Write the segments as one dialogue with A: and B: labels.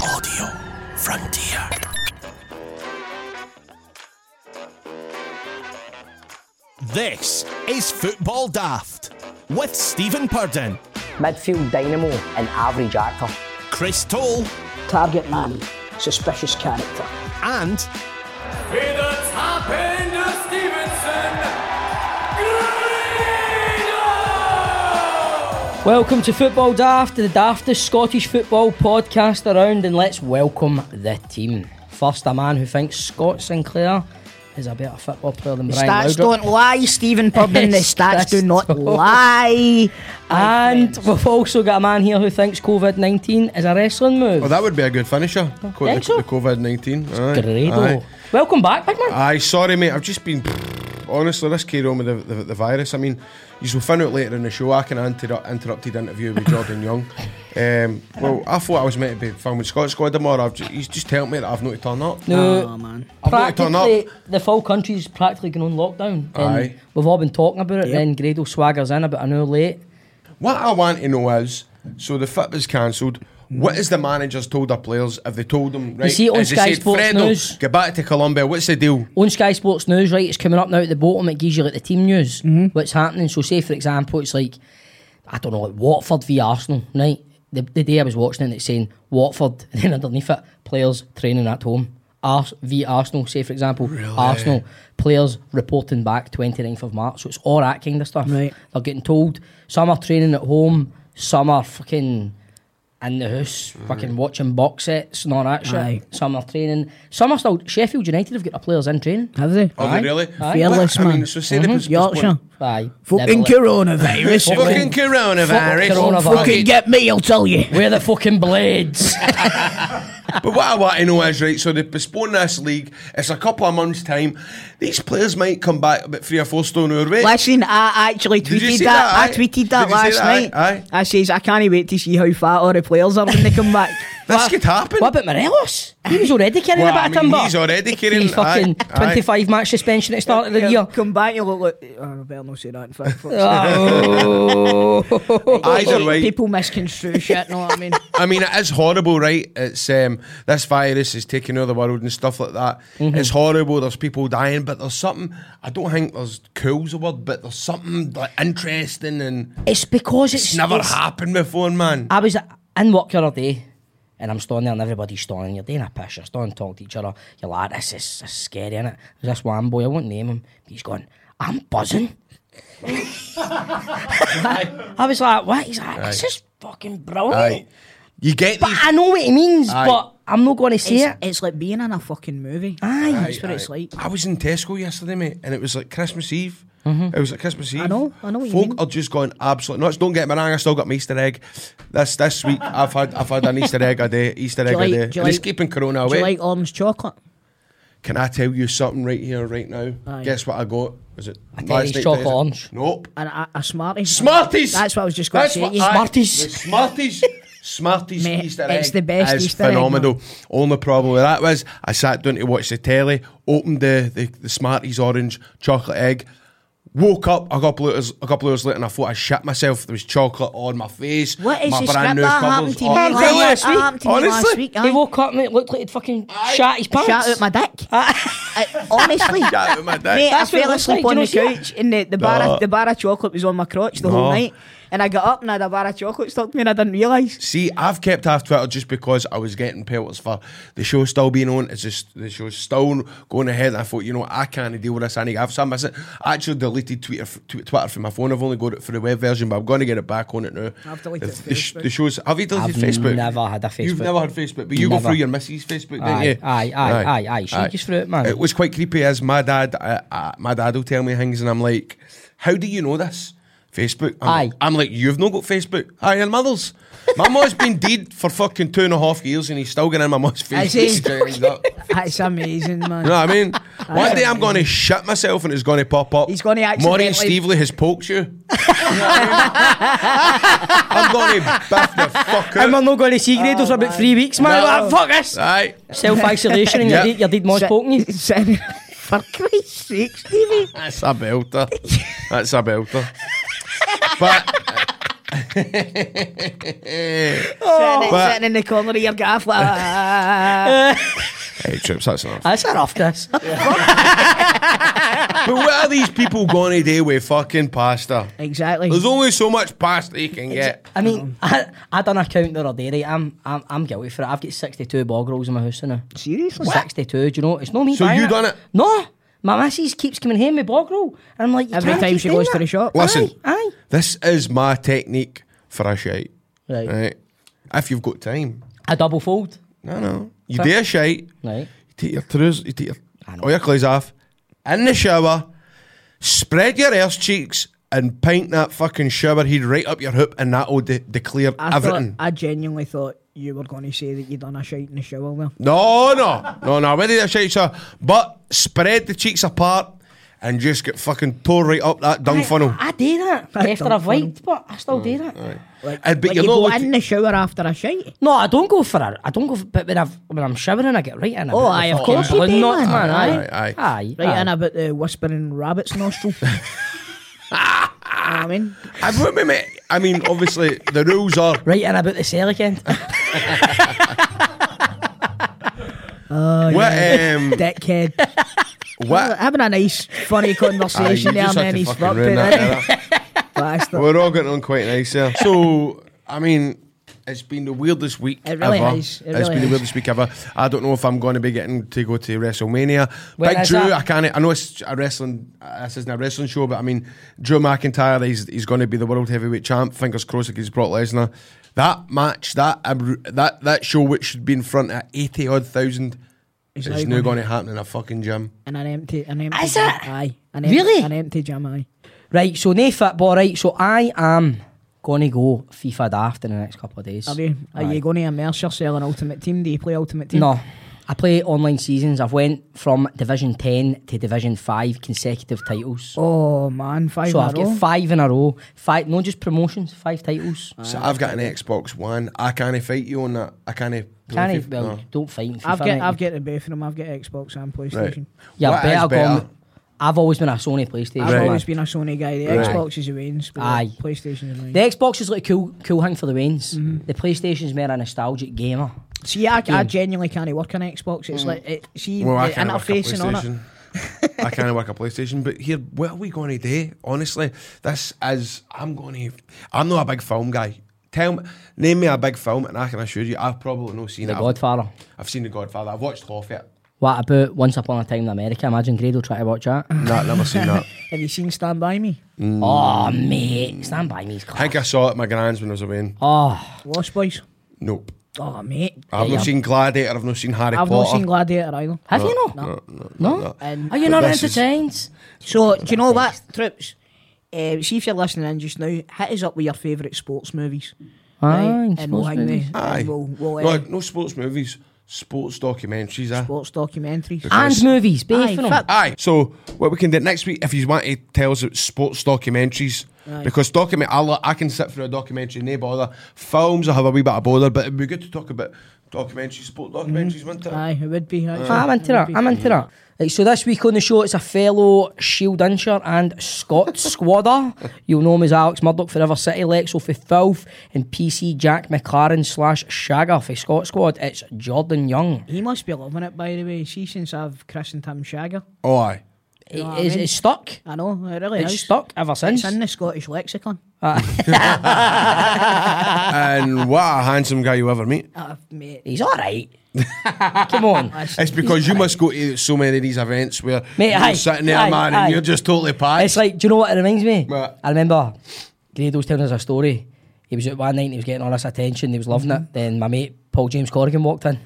A: Audio Frontier. This is Football Daft with Stephen Purden,
B: midfield dynamo and average actor.
A: Chris Toll,
C: Target man, suspicious character.
A: and
D: In the top end of Stevenson, Greeno!
C: Welcome to Football Daft, the daftest Scottish football podcast around, and let's welcome the team. First, a man who thinks Scott Sinclair is a better football player than Brian
E: Stats
C: Laudrup.
E: don't lie, Stephen Pubden. The stats do not
C: Stats don't-
E: lie.
C: and we've also got a man here who thinks COVID 19 is a wrestling move.
F: Well, Oh, that would be a good finisher. Co-
C: think
F: the,
C: so?
F: the COVID 19.
C: Gredo.
F: Aye. Uh,
C: Welcome back, big man.
F: Aye, sorry, mate. I've just been. Honestly, this carry on with the, the, the virus. I mean, you will find out later in the show. I can interrupt, interrupted interview with Jordan Young. Um, well, I thought I was meant to be filming with Scott Squad tomorrow. I've just, he's just told me that I've not to turn up.
C: No,
E: Oh, man.
F: I've not to turn up.
C: practically the full country's practically going on lockdown. And
F: Aye.
C: We've all been talking about it. Then Grado swaggers in about an hour late.
F: What I want to know is so the FIP is cancelled. What is the managers told their players? Have they told them? Right,
C: see it on
F: as they
C: Sky
F: said,
C: Sports
F: "Fredo,
C: News."
F: Get back to Colombia. What's the deal?
C: on Sky Sports News, right, it's coming up now at the bottom. It gives you like the team news,
E: Mm-hmm.
C: what's happening. So, say for example, it's like I don't know, like Watford v Arsenal, right? The, the day I was watching it, it's saying Watford, and then underneath it, players training at home. Ars- v Arsenal, say for example, Arsenal players reporting back 29th of March. So it's all that kind of stuff.
E: Right.
C: They're getting told some are training at home, some are fucking in the house, fucking watching box sets and all that shit.
E: Aye.
C: Some are training. Some are still. Sheffield United have got their players in training.
E: Have they?
F: Are they really?
E: Fearless,
F: Oh, I
E: man.
F: mean,
E: Mm-hmm.
F: so say
C: Mm-hmm.
F: the pos-
E: Yorkshire.
C: Aye. never
E: Fucking
C: let-
E: coronavirus.
F: Fucking coronavirus.
C: Fucking coronavirus.
E: Fucking get me, I'll tell you.
C: We're the fucking blades.
F: But what I want to know is right. So they postpone this league. It's a couple of months' time. These players might come back about three or four stone over weight.
E: Listen, I actually
F: Did you
E: tweeted that.
F: see that,
E: I
F: aye?
E: tweeted that
F: Did you see
E: last
F: that, aye,
E: night.
F: aye?
E: I says I can't wait to see how fat all the players are when they come back.
F: this could happen.
C: what about Morelos? He was already carrying
F: Well,
C: a bit
F: I
C: of
F: mean,
C: timber.
F: he's already carrying-
C: He fucking
F: aye, aye.
C: 25 match suspension at the start of the year.
E: Come back, you look like. Oh, I better not say that in front. fuck's sake.
C: Oh.
F: Either way,
E: People misconstrue shit. Know what I mean?
F: I mean, it is horrible, right? It's um, this virus is taking over the world and stuff like that. It's horrible. There's people dying, but there's something. I don't think there's cool's a word, but there's something like interesting and
C: it's because it's,
F: it's never
C: it's-
F: happened before, man.
C: I was in work the other day and I'm standing there and everybody's standing. You're doing a piss, you're standing talking to each other. You're like, this is, this is scary, innit? There's this one boy, I won't name him, but he's going, I'm buzzing. I was like, what? He's like, this
F: Aye.
C: is fucking brilliant.
F: Aye. You get
C: But
F: these.
C: I know what he means,
F: Aye.
C: but I'm not going to say
E: It's,
C: it.
E: it's like being in a fucking movie.
C: Aye.
E: That's what it's like.
F: I was in Tesco yesterday, mate, and it was like Christmas Eve. It was like Christmas Eve.
E: know, Mm-hmm. I know what you
F: Folk
E: mean.
F: are just going absolutely nuts. Don't get me wrong, I still got my Easter egg. This this week, I've had I've had an Easter egg a day, Easter egg
E: like-
F: a day.
E: do you
F: And it's
E: like-
F: keeping Corona
E: Do you
F: away.
E: like orange chocolate?
F: Can I tell you something right here, right now?
E: Aye.
F: Guess what I got? Was it
C: A
F: last
C: Denny's
F: night,
C: chocolate
F: Thursday?
C: orange.
F: Nope.
E: And a, a Smarties.
F: Smarties.
E: That's what I was just going to
F: That's
E: say.
F: what
E: you
F: I-
C: Smarties.
F: the Smarties. Smarties
E: Mate,
F: Easter egg
E: it's the best
F: is
E: Easter egg,
F: phenomenal. Only problem with that was I sat down to watch the telly, opened the, the, the Smarties orange chocolate egg, woke up a couple hours a couple hours later and I thought I shit myself. There was chocolate on my face.
E: What is
F: my
E: this
F: brand
E: crap
F: new
E: that
F: covers
E: happened to me
F: all-
E: last
F: Really?
E: week? That happened to me
F: Honestly,
E: last week.
C: He woke up and it looked like he'd fucking shat his pants.
E: Shout out my dick. I- honestly.
F: Shout out my dick.
E: Mate,
C: That's
E: I
C: what it
E: fell
C: looks
E: asleep
C: like,
E: on
C: you
E: the
C: know, see
E: couch and the, the, bar
F: No.
E: of, the bar of chocolate was on my crotch the whole
F: No.
E: night. And I got up and I had a bar of chocolate stuck to me and I didn't realise.
F: See, I've kept off Twitter just because I was getting pelts for the show still being on. It's just the show's still going ahead. And I thought, you know, what, I can't deal with this. I need to have some. I said- I actually deleted Twitter, f- tw- Twitter from my phone. I've only got it for the web version, but I'm going to get it back on it now.
E: I've deleted
F: the, the, sh-
E: Facebook.
F: the show's. Have you deleted
C: I've
F: Facebook?
C: never had a Facebook.
F: You've never had Facebook, but you
C: Never.
F: go through your missus' Facebook,
C: Aye,
F: didn't you?
C: aye, aye, aye, aye. She just threw it, man.
F: It was quite creepy. As my dad, uh, uh, my dad will tell me things, and I'm like, "How do you know this?" Facebook. I'm,
C: Aye.
F: I'm like, "You've not got Facebook." Aye, and mothers. My mum's been dead for fucking two and a half years, and he's still getting in my mum's
E: I
F: Facebook.
E: see.
F: He's checking it up.
E: That's amazing,
F: You know
E: man.
F: what I mean? One day I'm going to shit myself and it's going to pop up.
E: He's gonna
F: Maureen
E: accidentally-
F: Steveley has poked you. You know what I am going to biff the fuck
C: And we're
F: out.
C: not going to see Grados for about three weeks, man.
F: Oh, No.
C: Like, fuck this.
F: Aye.
C: Self isolation and
F: Yeah.
C: your, deed, your deed mom's poking you.
E: Sen- For Christ's sake, Stevie.
F: That's a belter. That's a belter. but
E: sitting,
F: but-
E: sitting in the corner of your gaff. Like, "Ah."
F: Hey, trips, that's enough.
C: That's a rough this.
F: but what are these people going to do with fucking pasta?
E: exactly.
F: There's only so much pasta you can get.
C: I mean, I, I done a count the other day, right? I'm, I'm, I'm guilty for it. I've got 62 bog rolls in my house now.
E: Seriously?
C: 62, do you know? It's not me
F: So
C: buying
F: you done it?
C: No. My missus keeps coming home with bog roll. And I'm like, you
E: Every
C: can't
E: time
C: keep
E: she
C: doing
E: goes to
C: that.
E: the shop.
F: Oh, Listen,
C: Aye,
F: this is my technique for a shite.
C: Right.
F: right? If you've got time.
C: I double fold.
F: No, no. You do a shite,
C: Right.
F: you take your trousers, you take your, all your clothes off, in the shower, spread your ass cheeks, and paint that fucking shower head right up your hoop, and that'll de- declare
E: I, thought,
F: everything.
E: I genuinely thought you were going to say that you'd done a shite in the shower now.
F: No, no, no, no. Whether they're shite, so- but spread the cheeks apart and just get fucking tore right up that dung
C: I,
F: funnel. Mm,
C: I, do that after
E: don't
C: I've wiped, but I still do that.
F: And- Uh, but
E: Like,
F: you're
E: you
F: not
E: go
F: looking-
E: in the shower after a shite.
C: No, I don't go for it. I don't go, for, but when, I've, when I'm showering, I get right in. a
E: Oh,
C: bit
E: aye, of
C: fucking
E: course you
C: balloon
E: do,
C: knot,
E: man.
C: Aye,
F: Aye, aye.
C: aye, aye.
E: Right, and about the whispering rabbit's nostril. You know what I mean,
F: I, wouldn't be ma- I mean, obviously, the rules are
C: Right in about the Selig end.
F: what, um,
E: dickhead.
F: what
E: Having a nice, funny
F: Aye, you
E: conversation there,
F: just
E: and then
F: had to
E: he's
F: fucking
E: fucked
F: ruin
E: it.
F: that,
E: innit?
F: innit?
E: Bastard.
F: We're all getting on quite nice here. So, I mean, it's been the weirdest week
E: It really
F: ever.
E: has. It really
F: has been the
E: has.
F: weirdest week ever. I don't know if I'm going to be getting to go to WrestleMania.
C: When
F: Big
C: is
F: Drew,
C: that?
F: I can't. I know it's a wrestling. uh, This isn't a wrestling show, but I mean, Drew McIntyre. He's he's going to be the world heavyweight champ. Fingers crossed against Brock Lesnar. That match, that um, that that show, which should be in front of eighty odd thousand, is
E: now
F: now
E: gonna-
F: going to happen in a fucking gym.
E: And an empty, an empty.
C: Is
E: gym.
C: it?
E: Aye. An
C: Really?
E: Empty, an empty gym, aye.
C: Right, so nae football, right? So I am gonna go FIFA daft in the next couple of days.
E: Are you, are you
C: Aye.
E: going to immerse yourself in Ultimate Team? Do you play Ultimate Team?
C: No. I play online seasons. I've went from Division 10 to Division 5 consecutive titles.
E: Oh, man, five
C: so
E: in a
C: I've
E: row.
C: got five in a row. Five, not just promotions, five titles.
F: So I've got an Xbox One. I can't fight you on that. I can't.
C: Can I? Well, don't fight in FIFA.
E: I've got,
C: mate.
E: I've got the both of them. I've got Xbox and PlayStation.
C: yeah,
F: What
C: better
F: is
C: go on-
F: better?
C: I've always been a Sony PlayStation.
E: I've
F: Right.
E: always been a Sony guy. The
F: Right.
E: Xbox is the wins, but
C: Aye.
E: the PlayStation is
C: the
E: mine.
C: Xbox is like a cool, cool hang for the wins.
E: Mm-hmm.
C: The PlayStation's more a nostalgic gamer.
E: See, I, I genuinely can't work on Xbox. It's like, it, see,
F: Well, I
E: the
F: can't work a
E: interfacing on it.
F: PlayStation. I can't work a PlayStation, but here, what are we going to do? Honestly, this is. I'm going to. I'm not a big film guy. Tell me, name me a big film, and I can assure you, I've probably not seen
C: The
F: it. I've,
C: Godfather.
F: I've seen The Godfather. I've watched half it.
C: What about Once Upon a Time in America? Imagine Grado trying to watch that.
F: No, I've never seen that.
E: Have you seen Stand By Me?
C: Oh, mate. Stand by me's
F: I think I saw it at my grand's when I was away.
C: Oh,
E: Lost Boys?
F: Nope.
E: Oh, mate.
F: I've
C: Yeah.
F: not seen Gladiator. I've not seen Harry
E: I've not
F: Potter.
E: seen Gladiator either.
C: have you not? No. no,
E: And-
C: Are you
F: But
C: not
F: this is-
C: entertained?
E: So, do you know what, Trips? Um, see if you're listening in just now, hit us up with your favourite sports movies.
C: Aye,
E: and we'll
C: sports
E: hang
C: movies.
E: the,
F: Aye.
E: and we'll, we'll,
F: no,
E: uh,
F: no sports movies, sports documentaries. eh?
E: sports documentaries.
C: And movies,
E: Aye,
C: beef and all.
E: fuck.
F: Aye. So what we can do next week, if you want to tell us about sports documentaries, because document I, lo- I can sit through a documentary, no bother. Films I have a wee bit of bother, but it'd be good to talk about documentaries, sport documentaries,
C: Mm.
F: wouldn't it?
E: Aye, it would be. actually.
C: I'm into that. I'm into that. Right, so this week on the show, it's a fellow Shield incher and Scott squadder. You'll know him as Alex Murdoch, Forever City, Lexo for Filth, and PC Jack McLaren slash Shagger for Scott Squad. It's Jordan Young.
E: He must be loving it, by the way. See, since I've christened him Shagger.
F: Oh, aye.
C: It,
E: what I
C: it's,
E: mean?
C: it's stuck.
E: I know, it really
C: It's
E: is.
C: stuck ever since.
E: It's in the Scottish lexicon.
F: and what a handsome guy you ever meet.
E: Ah, mate.
C: He's all right. Come on.
F: It's because you must go to so many of these events where
C: Mate,
F: you're
C: aye,
F: sitting there,
C: aye,
F: man,
C: aye.
F: and you're just totally
C: It's
F: pissed.
C: like, do you know what it reminds me?
F: What?
C: I remember Grado's telling us a story. He was out one night and he was getting all this attention, he was loving it. Then my mate Paul James Corrigan walked in.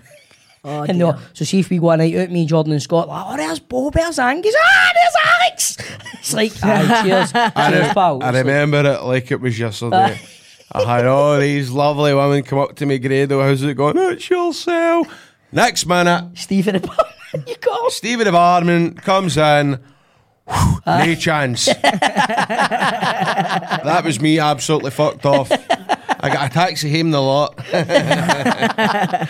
E: Oh,
C: and they
E: dear.
C: were, so see if we go a night out, me, Jordan and Scott, like, oh, there's Bob, there's Angus, ah, there's Alex. It's like, aye, cheers, cheers, pal.
F: I
C: It's like,
F: remember it like it was yesterday. I had all these lovely women come up to me, Grado, how's it going? It's yourself. Next minute,
C: Stephen the pub. you got us.
F: Stephen of Armin comes in. whew, no chance. that was me absolutely fucked off. I got a taxi home the lot.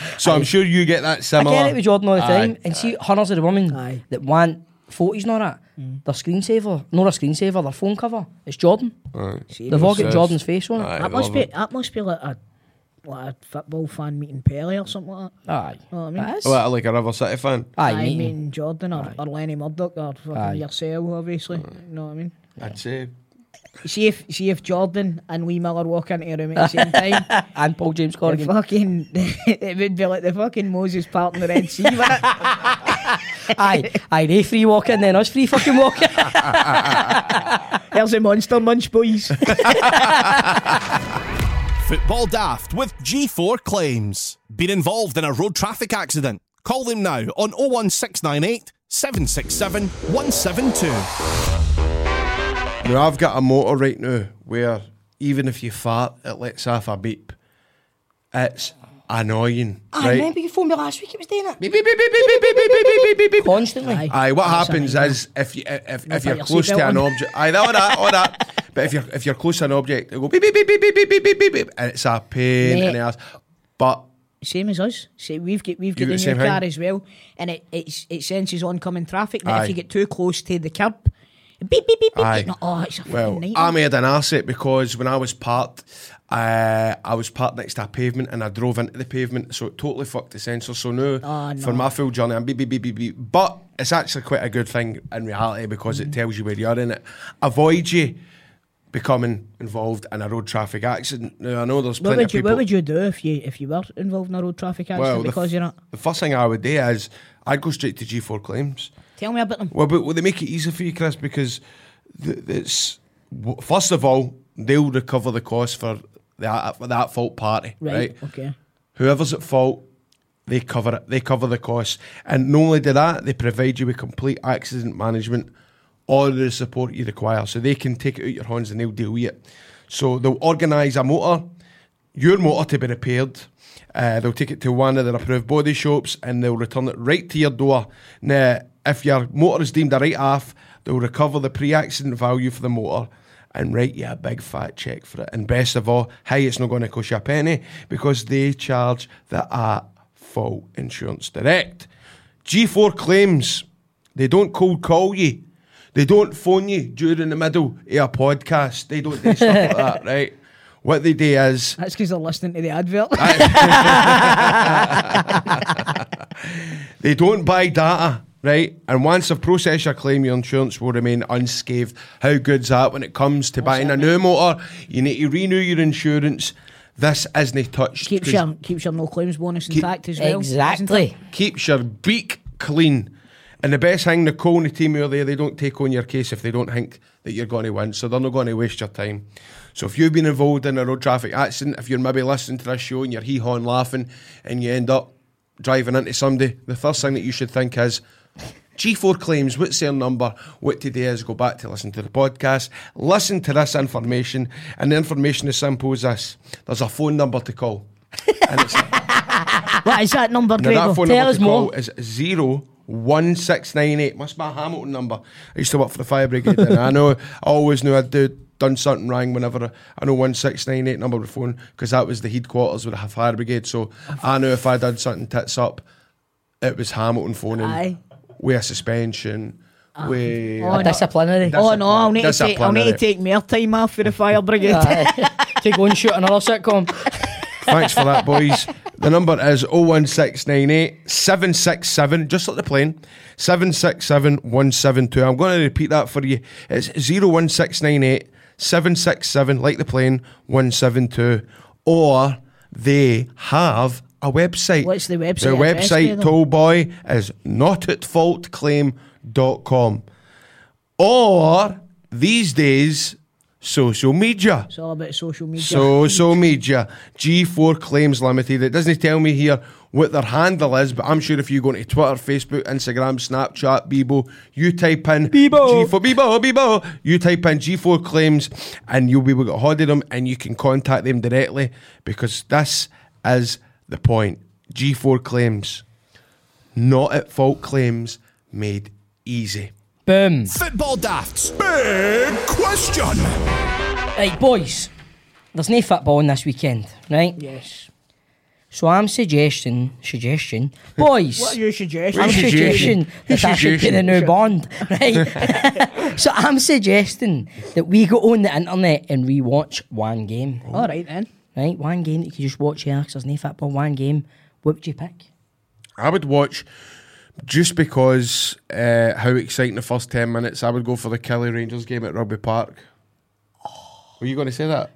F: so I'm sure you get that
C: er I
F: similar.
C: get it with Jordan all the
F: Aye.
C: time. and see, hundreds of the women
E: Aye.
C: that want photos and all that. Their screensaver, not a screensaver, their phone cover. It's Jordan. They've all got
F: Serious.
C: Jordan's face on it.
E: That must be that must be like a like a football fan meeting Pelly or something like that.
C: Aye.
E: You know what I mean?
C: That is.
F: Like, like a River City fan.
C: Aye,
E: I
C: meeting.
E: mean Jordan or, or Lenny Murdoch or fucking
C: Aye.
E: yourself, obviously. You know what I mean?
F: I'd say.
E: See if see if Jordan and Wee Miller walk into a room at the same time.
C: and Paul James
E: the
C: Corrigan.
E: fucking it would be like the fucking Moses part in the Red Sea. wouldn't it?
C: aye, aye, they free walk in, then us free fucking walk in.
E: There's a monster munch, boys.
A: Football Daft with G4 claims. Been involved in a road traffic accident? Call them now on 01698 767 172.
F: Now I've got a motor right now where even if you fart, it lets off a beep. It's annoying.
E: Ah,
C: I
F: right?
C: remember you phoned me last week, it was doing it.
F: Beep, beep, beep, beep, beep, beep, beep, beep, beep, beep, beep, beep.
C: Constantly.
F: Aye, what happens is if you if, if
E: put
F: you're
E: your
F: close
E: seatbelt
F: to an
E: on.
F: object, aye, that or that or that. But if you're if you're close to an object, it go beep beep beep beep beep beep beep beep, beep, beep and it's a pain
E: Mate.
F: in the ass. But
E: same as us. See, we've got we've
F: You
E: got
F: got
E: the
F: the
E: new
F: same
E: car
F: thing?
E: as well, and it it's, it senses oncoming traffic. Now,
F: Aye.
E: if you get too close to the curb, beep beep beep beep.
F: Aye.
E: No, oh, it's a
F: well,
E: fucking nightmare.
F: I made an asset because when I was parked, uh, I was parked next to a pavement and I drove into the pavement, so it totally fucked the sensor. So now
E: Oh, no.
F: for my full journey, I'm beep beep beep beep beep. But it's actually quite a good thing in reality because
E: Mm.
F: it tells you where you are in it. Avoid you becoming involved in a road traffic accident. Now I know there's
E: what
F: plenty
E: would
F: of
E: you
F: people.
E: what would you do if you if you were involved in a road traffic accident
F: the
E: because
F: f-
E: you're not?
F: The first thing I would do is I'd go straight to G4 claims.
E: Tell me about them.
F: Well, but will they make it easy for you, Chris? Because th- it's w- first of all they'll recover the cost for that for that fault party, right?
E: Right. Okay.
F: Whoever's at fault, they cover it. They cover the cost, and not only do that, they provide you with complete accident management, all the support you require. So they can take it out your hands and they'll deal with it. So they'll organise a motor, your motor to be repaired. Uh, they'll take it to one of their approved body shops and they'll return it right to your door. Now, if your motor is deemed a write off, they'll recover the pre accident value for the motor and write you a big fat check for it. And best of all, hey, it's not going to cost you a penny because they charge the at fault insurance direct. G4 claims they don't cold call you. They don't phone you during the middle of a podcast. They don't do stuff like that, right? What they do is
E: That's because they're listening to the advert.
F: They don't buy data, right? And once they've processed your claim, your insurance will remain unscathed. How good's that when it comes to buying a new motor? You need to renew your insurance. This isn't touched.
E: keeps
F: 'cause
E: your keeps your no claims bonus
F: Keep-
E: intact as well.
C: Exactly.
F: keeps your beak clean. And the best thing, Nicole and the team who are there, they don't take on your case if they don't think that you're going to win. So they're not going to waste your time. So if you've been involved in a road traffic accident, if you're maybe listening to this show and you're hee hawing laughing and you end up driving into somebody, the first thing that you should think is G4 claims, what's their number? What today is go back to listen to the podcast, listen to this information, and the information is simple as this there's a phone number to call. And it's
E: What is that number,
F: now
E: Gregor?
F: that phone
C: tell
F: number
C: us
F: to call
C: more.
F: is zero one six nine eight. Must be a Hamilton number. I used to work for the fire brigade, and I know I always knew I'd do, done something wrong whenever I, I know one six nine eight number of the phone because that was the headquarters with the fire brigade. So I knew if I did something tits up, it was Hamilton phoning.
E: Aye.
F: With a suspension. with
E: Oh,
C: A disciplinary.
F: That's
E: Oh
F: a
E: no, I'll need, to
F: That's a
E: take, I'll need to
F: plan,
E: take more time off for the fire brigade.
C: Take one shoot another sitcom.
F: Thanks for that, boys. The number is 01698 767, just like the plane, 767 172. I'm going to repeat that for you. It's 01698 767, like the plane, 172. Or they have a website.
E: What's the website
F: The
E: address,
F: website,
E: Nathan?
F: Tollboy, is notatfaultclaim.com. Or these days, social media.
E: it's all about social media.
F: So, so media, G4 Claims Limited. It doesn't tell me here what their handle is, but I'm sure if you go to Twitter, Facebook, Instagram, Snapchat, Bebo, you type in
E: Bebo.
F: G4, Bebo, Bebo, you type in G4 Claims and you'll be able to get hold of them and you can contact them directly because this is the point. G4 Claims, not at fault claims made easy.
C: Boom.
A: Football Daft's big question.
C: Right, boys. There's no football on this weekend, right?
E: yes,
C: So I'm suggesting, suggestion, boys.
E: What are you suggesting?
C: I'm suggesting that I should be the new Bond, right? so I'm suggesting that we go on the internet and rewatch one game,
E: All right then.
C: right? One game that you can just watch here because there's no football. One game. What would you pick?
F: I would watch just because uh, how exciting the first 10 minutes. I would go for the Kelly Rangers game at Rugby Park.
C: Oh.
F: Were you going to say that?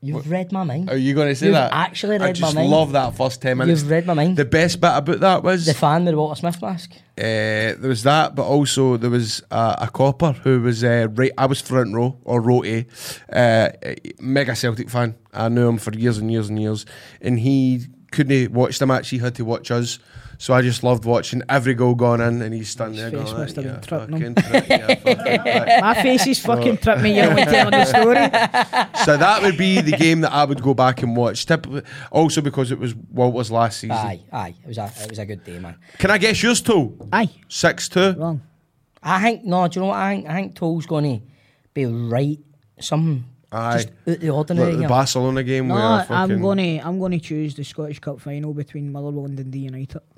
C: You've read my mind.
F: Are you going to say
C: You've
F: that?
C: actually
F: I
C: read my
F: just
C: mind.
F: love that first 10 minutes.
C: You've read my mind.
F: The best bit about that was
C: the fan with the Walter Smith mask.
F: Uh, there was that, but also there was uh, a copper who was uh, right. I was front row or row A, uh, mega Celtic fan. I knew him for years and years and years, and he couldn't watch the match. He had to watch us. So I just loved watching every goal gone in, and he's standing there
E: face
F: going,
E: must have
F: "Yeah,
E: been tripping
F: fucking
E: him."
F: prick, yeah, fucking prick."
E: My face is fucking tripping me. You're only telling the story.
F: So that would be the game that I would go back and watch. Typically, also because it was Walter's last season.
C: Aye, aye. It was a it was a good day, man.
F: Can I guess yours too?
E: Aye.
F: Six two.
E: Wrong.
C: I think no. Do you know what I think? I think Toll's gonna be right. Something
F: Aye.
C: just out the ordinary.
F: Look, the
C: here.
F: Barcelona game.
E: No,
F: where I
E: I'm
F: fucking-
E: gonna I'm gonna choose the Scottish Cup final between Motherwell and Dundee United.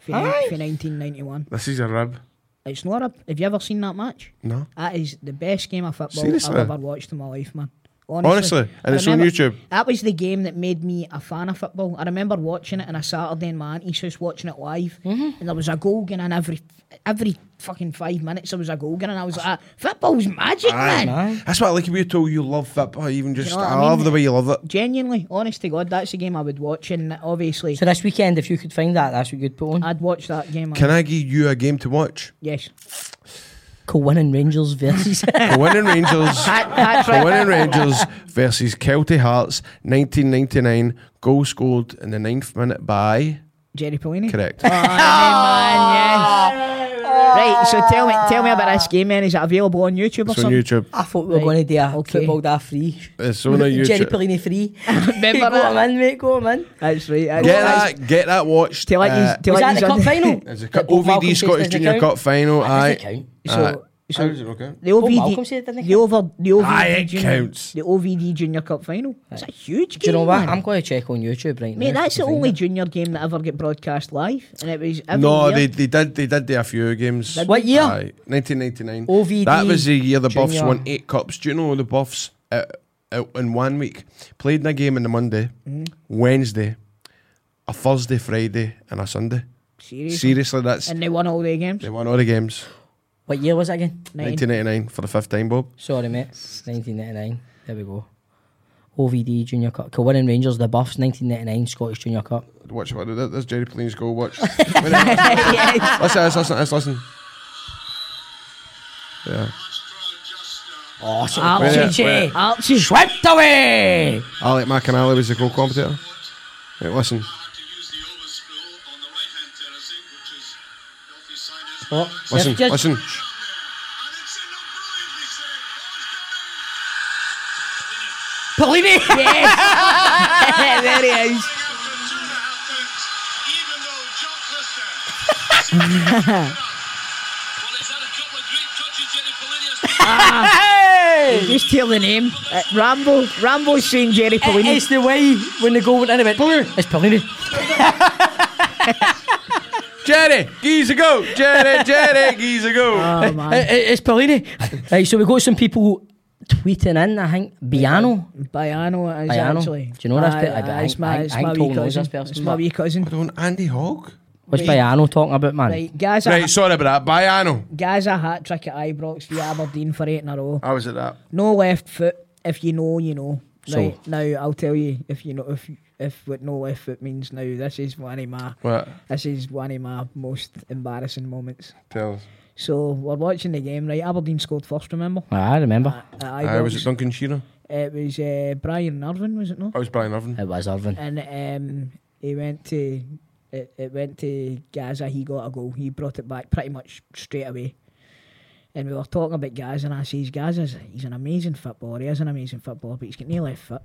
E: For,
C: Aye.
E: for 1991.
F: This is a rib.
E: It's not a. Have you ever seen that match?
F: No.
E: That is the best game of football
F: Seriously?
E: I've ever watched in my life, man. Honestly,
F: Honestly, and
E: I
F: it's on
E: remember-
F: YouTube.
E: That was the game that made me a fan of football. I remember watching it on a Saturday in my auntie's house, watching it live,
C: Mm-hmm.
E: and there was a goal going in every every fucking five minutes. There was a goal going, in, and I was like, "Ah, "Football's magic, man."
F: That's what I like about you. Too. You love football. Even just,
E: You know what
F: I,
E: I mean?
F: love the way you love it.
E: Genuinely, honest to God, that's the game I would watch, and obviously,
C: So this weekend, if you could find that, that's what you'd put on.
E: I'd watch that game.
F: Can I give you a game to watch?
E: yes.
C: Cool winning Rangers versus.
F: The winning Rangers.
E: Pat, Pat's
F: The
E: right.
F: winning Rangers versus Kelty Hearts, 1999. Goal scored in the ninth minute by.
E: Jerry Pelini.
F: Correct.
E: Right, so tell me, tell me about this game, man. Is it available on YouTube or
F: It's on
E: something?
F: YouTube.
C: I thought we were
E: Right,
C: going to do a
E: okay.
C: football day free.
F: It's on a
C: Jerry
F: YouTube.
C: Pellini free.
E: Remember
C: go on,
E: that?
C: man, mate, go on, man.
E: That's right. That's
F: Get
E: that's-
F: that, get that watched.
E: Till like
F: uh,
E: he's- till
C: Was that
E: like he's
C: the cup
E: on-
C: final?
F: it's a
C: That
F: cup,
C: Bob
F: OVD
C: Malcolm says
F: Scottish
C: doesn't
F: Junior
C: count?
F: Cup final.
C: That doesn't
F: Aye.
C: count.
E: So,
F: How
E: so
F: does it look out?
E: the OVD,
C: Oh, Malcolm said it, didn't he?
E: the over, the OVD,
F: Aye, it
E: junior,
F: counts.
E: the OVD Junior Cup final. That's a huge game.
C: Do you know what?
E: man.
C: I'm going to check on YouTube right
E: Mate,
C: now.
E: that's
C: to
E: the
C: find
E: only
C: it.
E: junior game that ever get broadcast live, and it was every
F: No,
E: year.
F: they, they did they did do a few games.
C: What year?
F: Aye, 1999.
C: OVD
F: That was the year the Buffs
C: Junior.
F: won eight cups. Do you know the Buffs uh, uh, in one week played in a game on the Monday, Wednesday, a Thursday, Friday, and a Sunday.
E: Seriously.
F: Seriously, that's
E: and they won all their games.
F: they won all the games.
C: What year was that again?
F: 1999 for the fifth time, Bob.
C: Sorry, mate. 1999. There we go. OVD Junior Cup. Cool winning Rangers, the Buffs, 1999 Scottish Junior Cup.
F: Watch what that- that's Jerry Pleen's goal. Watch. listen, listen, listen, listen, listen. Yeah.
E: Archie,
F: Wait, wait.
E: Archie,
C: Swept away!
F: Alec McAnally was the goal competitor. Right, listen.
C: Oh,
F: Listen,
C: just-
F: listen.
C: Pellini! Yes!
E: there he is. Just tell the name. Uh, Rambo, Rambo's saying Jerry Pelini.
C: It's the way when the goal went in, it went, it's Pellini.
F: Jerry, geese a go. Jerry, Jerry, geese a go.
E: Oh man,
C: It's Pellini. right, so we got some people tweeting in, I think. Biano.
E: Biano is
C: Biano.
E: actually.
C: Do you know this
E: Aye,
C: bit? I- I
E: aye, it's
C: think-
E: my,
C: I-
E: it's
C: I think
E: my
C: Paul
E: wee
C: knows this
E: cousin.
C: person,
E: It's my
C: but-
E: wee cousin.
F: Don't Andy Hogg.
C: What's
E: Right.
C: Biano talking about, man?
E: Right, guys. I-
F: Right, sorry about that. Bye, Anno.
E: Guy's a hat trick at Ibrox via Aberdeen for eight in a row.
F: I was at that.
E: No left foot. If you know, you know.
C: So-
E: Right now, I'll tell you if you know if if what no left foot means. Now, this is one of my
F: What?
E: this is one of my most embarrassing moments.
F: Tell us.
E: So we're watching the game, right? Aberdeen scored first. Remember?
C: Ah, I remember.
E: At Ibrox.
F: I was at Duncan Shearer.
E: it was uh, Brian Irvin, was it not?
F: I was Brian Irvin.
C: It was Irvin.
E: And um, he went to it, it went to Gaza. He got a goal. He brought it back pretty much straight away. And we were talking about Gaza, and I says, Gaza's he's an amazing footballer. He is an amazing footballer, but he's got no left foot.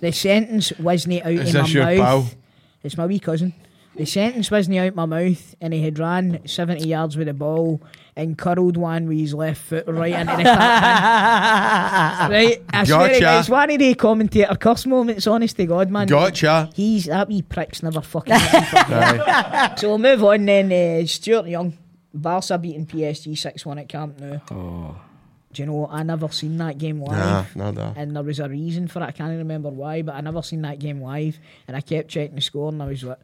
E: the sentence wasn't out
F: Is
E: in
F: this
E: my
F: your
E: mouth.
F: pal?
E: It's my wee cousin. The sentence wasn't out my mouth, and he had ran 70 yards with the ball, and curled one with his left foot right into the fat man. Right, I swear to
F: Gotcha.
E: God, it's one of the commentator curse moments, honest to God, man.
F: Gotcha.
E: He's, that wee prick's never fucking... so we'll move on then, uh, Stuart Young. Barca beating PSG 6-1 at Camp Nou. Do you know, what? I never seen that game live.
F: Oh. Nah, nada.
E: And there was a reason for it. I can't remember why, but I never seen that game live. And I kept checking the score, and I was like,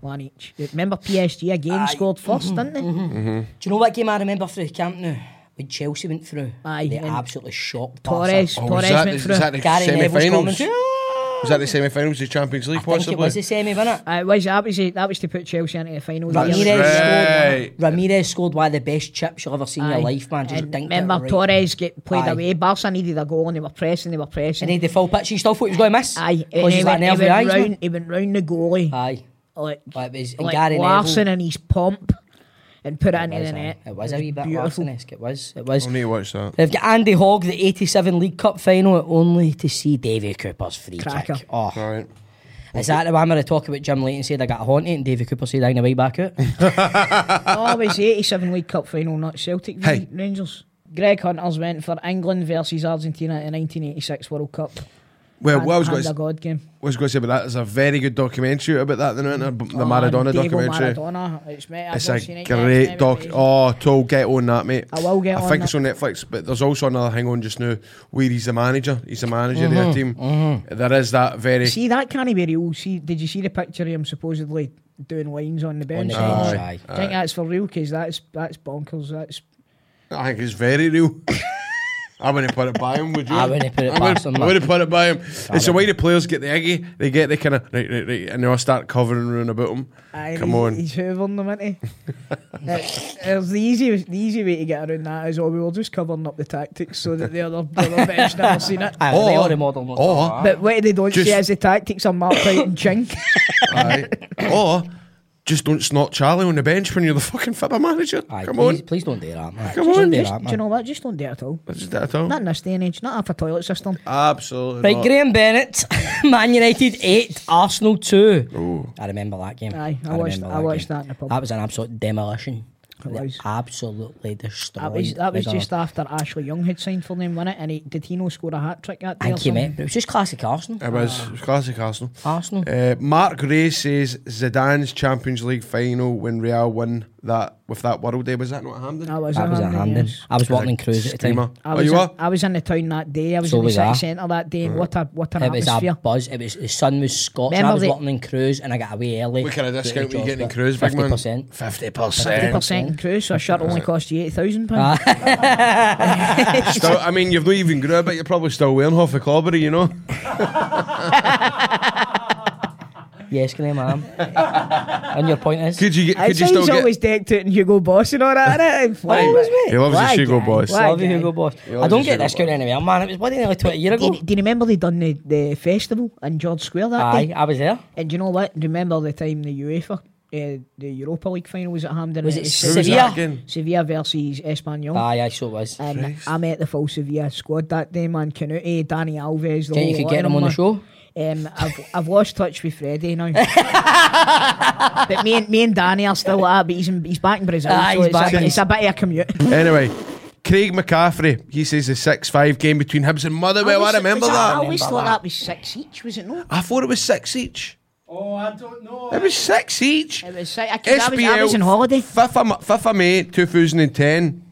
E: one each. Remember PSG again scored 1st didn't they?
C: Do you know what game I remember through the camp now? When Chelsea went through,
E: Aye,
C: they
E: and
C: absolutely shocked
E: Torres,
C: Barca.
F: Oh, was
E: Torres
F: that,
E: went
F: is
E: through.
F: that the
C: Gary Neville's
F: semi-finals?
C: commentary.
F: Was that the semi-finals of the Champions League?
C: I think it was
F: possibly?
C: the semi, wasn't it?
E: Uh, it was, that, was it, that was to put Chelsea into the final.
C: Ramirez
E: the year-
F: right.
C: scored. Ramirez scored one of the best chips you'll ever see in your
E: Aye.
C: life, man. Just
E: And
C: dinked it
E: remember
C: right.
E: Torres get played
C: Aye.
E: away. Barca needed a goal, and they were pressing, they were
C: And
E: pressing.
C: he had the full pitch. He still thought he was going to miss.
E: Aye, and
C: because
E: he
C: he's
E: went,
C: that
E: he,
C: nervy
E: went
C: eyes.
E: round,
C: man.
E: he went round the goalie
C: Aye,
E: like,
C: but it was and
E: like
C: Gary
E: Larson
C: Neville.
E: and his pump and put it into the
C: Aye,
E: net.
C: It was a wee bit
E: beautiful.
C: Larson-esque. It was. It was.
F: I'll need to watch that.
C: They've got Andy Hogg, the 87 League Cup final, only to see Davy Cooper's free
E: Cracker.
C: kick. Oh,
F: All right.
C: is that the one where I talk about Jim Leighton said I got a haunted and Davy Cooper said I'm going to back out?
E: oh, it was the 87 League Cup final, not Celtic v
F: Hey.
E: Rangers. Greg Hunters went for England versus Argentina in the 1986 World Cup.
F: Well, what I was
E: Hand
F: going
E: a
F: to
E: God game.
F: was going to say about that is a very good documentary about that, the, the
E: Oh,
F: Maradona
E: Diego
F: documentary.
E: Maradona. It's, mate, I've
F: It's
E: not
F: a
E: seen it yet.
F: great
E: It's
F: doc.
E: amazing.
F: Oh, Toll, get on that, mate.
E: I will get
F: I
E: on
F: think
E: that.
F: it's on Netflix, but there's also another thing on just now where he's the manager. He's the manager of
C: Mm-hmm,
F: the team. There is that very.
E: See, that can't be real. See, did you see the picture of him supposedly doing lines on the bench?
C: the
E: I
C: bench, aye.
E: think that's for real because that's that's bonkers. That's
F: I think it's very real. I wouldn't put it by him, would you?
C: I wouldn't put it
F: I
C: past him,
F: wouldn't, I
C: man.
F: wouldn't put it by him. It's the way the players get the eggy. They get the kind of right, right, right, and they all start covering round about him.
E: aye,
F: Come
E: he's,
F: on.
E: he's hoovering them, isn't he? It's- it's the easy the easy way to get around that is oh we were just covering up the tactics so that the other the other bench never seen it.
C: Aye,
F: Oh.
C: they are the modern ones.
F: or,
E: But what they don't
F: Just-
E: see is the tactics are marked out in Ching.
F: aye, or just don't snort Charlie on the bench when you're the fucking FIBA manager.
C: Aye,
F: Come
C: please,
F: on.
C: please don't do that, man.
F: Come
C: Just
F: on.
C: Don't do
E: Just-
C: that,
E: do you
C: man.
E: know what? Just don't do it at all.
F: That's just that at all.
E: Not in this day and age. Not off a toilet system.
C: Oh,
F: Absolutely.
C: Right,
F: not.
C: Graham Bennett, Man United 8, Arsenal 2.
F: Oh.
C: I remember that game.
E: Aye, I watched-
C: remember
E: I watched that in the
C: game.
E: pub.
C: That was an absolute demolition.
E: It
C: They
E: was.
C: Absolutely destroyed.
E: That was that was
C: Wigan.
E: just after Ashley Young had signed for them, wasn't it? And he, did he no score a hat trick that day? or
C: Thank you,
E: something?
C: mate. It was just classic Arsenal.
F: It was it was classic Arsenal.
C: Arsenal.
F: Uh, Mark Gray says Zidane's Champions League final when Real won that with that World Day was that not at Hampden?
E: That was,
C: That
E: a
C: was a
E: hand in,
C: hand in.
E: yes.
C: I was working in Cruise at the time.
F: Screamer.
E: I
F: Oh,
E: was
F: you
E: in,
F: were?
E: I was in the town that day. I was
C: So
E: in the
C: was I.
E: city centre that day. And what a what an
C: It was
E: atmosphere!
C: a buzz. It was the sun was scorching.
E: Remember
C: I was
E: the-
C: working in Cruise and I got away early.
F: What kind of discount were you getting in Cruise, big
C: Fifty
F: man?
C: percent.
F: Fifty
E: Fifty
F: percent.
E: percent in cruise, so a shirt only cost you eight thousand pounds.
C: Ah.
F: I mean, you've not even grew, but you're probably still wearing half a clobbery, you know.
C: Yes, Graham, I am. and your point is,
F: Could you get?
E: I
F: Could you
E: say
F: still
E: he's
F: get?
E: always decked out in Hugo Boss and all that. innit? Why,
F: He loves
E: Why,
F: his Hugo
E: guy?
F: Boss.
E: Why,
C: love you,
E: guy?
C: Hugo Boss.
F: always
C: I don't
F: is
C: get
F: Hugo
C: this going anywhere, man. It was what nearly twenty year
E: Do you,
C: ago.
E: do you remember they done the, the festival in George Square that
C: Aye,
E: day?
C: I was there.
E: And do you know what? Remember the time the UEFA, uh, the Europa League final was at Hampden?
C: Was
E: and
C: it
E: was
F: Who was
C: Sevilla? Ah,
F: that again?
E: Sevilla versus Espanyol.
C: Aye, I sure was.
E: And I met the full Sevilla squad that day, man. Canute, Danny Alves. The
C: Think you
E: whole
C: could
E: lot
C: get
E: of
C: him on the
E: man.
C: show?
E: Um, I've, I've lost touch with Freddie now. but me and, me and Danny are still at, but he's, in, he's back in Brazil.
C: Aye,
E: so
C: Ah, he's
E: it's,
C: back in-
E: a, it's a bit of a commute.
F: Anyway, Craig McCaffrey. He says the six-five game between Hibs and Motherwell. I,
E: always-
F: remember
E: was I
F: that.
E: always thought that was six each, was it not?
F: I thought it was six each.
D: Oh, I don't know.
F: It was six each.
E: It was six. I, could- I, was, I was on holiday.
F: Fifth of, Ma- fifth of May 2010.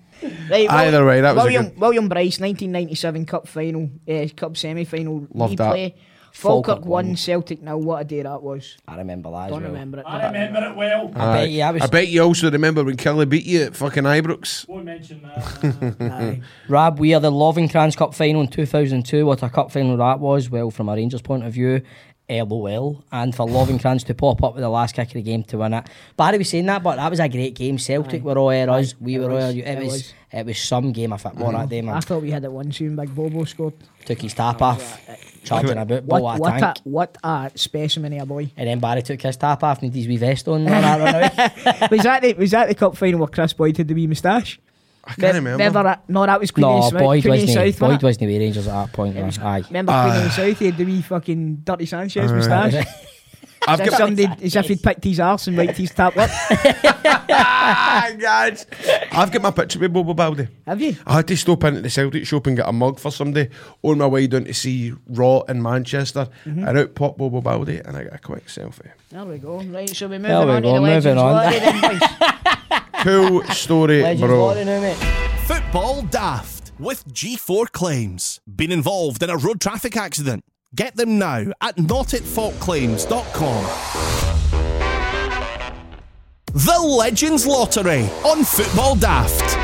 E: Right, Wil-
F: Either way, that was a
E: William,
F: good-
E: William Bryce, 1997 Cup final, uh, Cup semi final
F: Love that.
E: replay. Falkirk
C: Falkirk won.
E: won, Celtic now. What a day that was.
C: I remember that.
E: Don't
C: as well.
E: remember it.
D: I remember it well.
C: I bet you I was.
F: I bet you also remember when Kelly beat you at fucking Ibrox.
D: Won't mention that.
E: Aye.
C: Rab Weir, the Loving Crans Cup final in 2002. What a cup final that was. Well, from a Rangers point of view, LOL. And for Loving Crans to pop up with the last kick of the game to win it. Barry was saying that, but that was a great game. Celtic were all at us. We were all at you. It,
E: It
C: was, Ah.
E: was.
C: it was some game of football
F: Mm-hmm.
C: that day,
E: I
C: man.
E: thought we had it one soon. Big Bobo scored.
C: Took his tap off, charging about,
E: What,
C: Ah. what,
E: what,
C: a
E: a,
C: tank.
E: what a specimen of a boy.
C: And then Barry took his tap off and did his wee vest on. and all that run away.
E: was, that the, was that the cup final where Chris Boyd had the wee moustache?
F: I can't remember.
E: Remember that? No, that was Queen
C: no,
E: of the South.
C: Boyd
E: Queen of the
C: wasn't.
E: South,
C: Boyd Ah.
E: wasn't it?
C: wasn't with Rangers at that point. man. Aye. Ah.
E: Remember Queen of the South? He had the wee fucking Dirty Sanchez moustache.
F: I've
E: If
F: got.
E: somebody, as if he'd picked his arse and wiped his tap up.
F: Ah, guys. I've got my picture with Bobo Baldy.
E: Have you?
F: I had to stop in at the Celtic shop and get a mug for somebody on my way down to see Raw in Manchester.
E: Mm-hmm.
F: And out popped Bobo Baldy and I got a quick selfie.
E: There we go. Right, so we move
C: There
E: on
C: we
E: to
C: go,
E: the legends
C: moving on.
E: lottery then, boys.
F: Cool story,
C: Legends
F: bro.
C: lottery now, mate.
A: Football Daft with G4 Claims. Been involved in a road traffic accident? Get them now at notitfaultclaims.com. The Legends Lottery on Football Daft.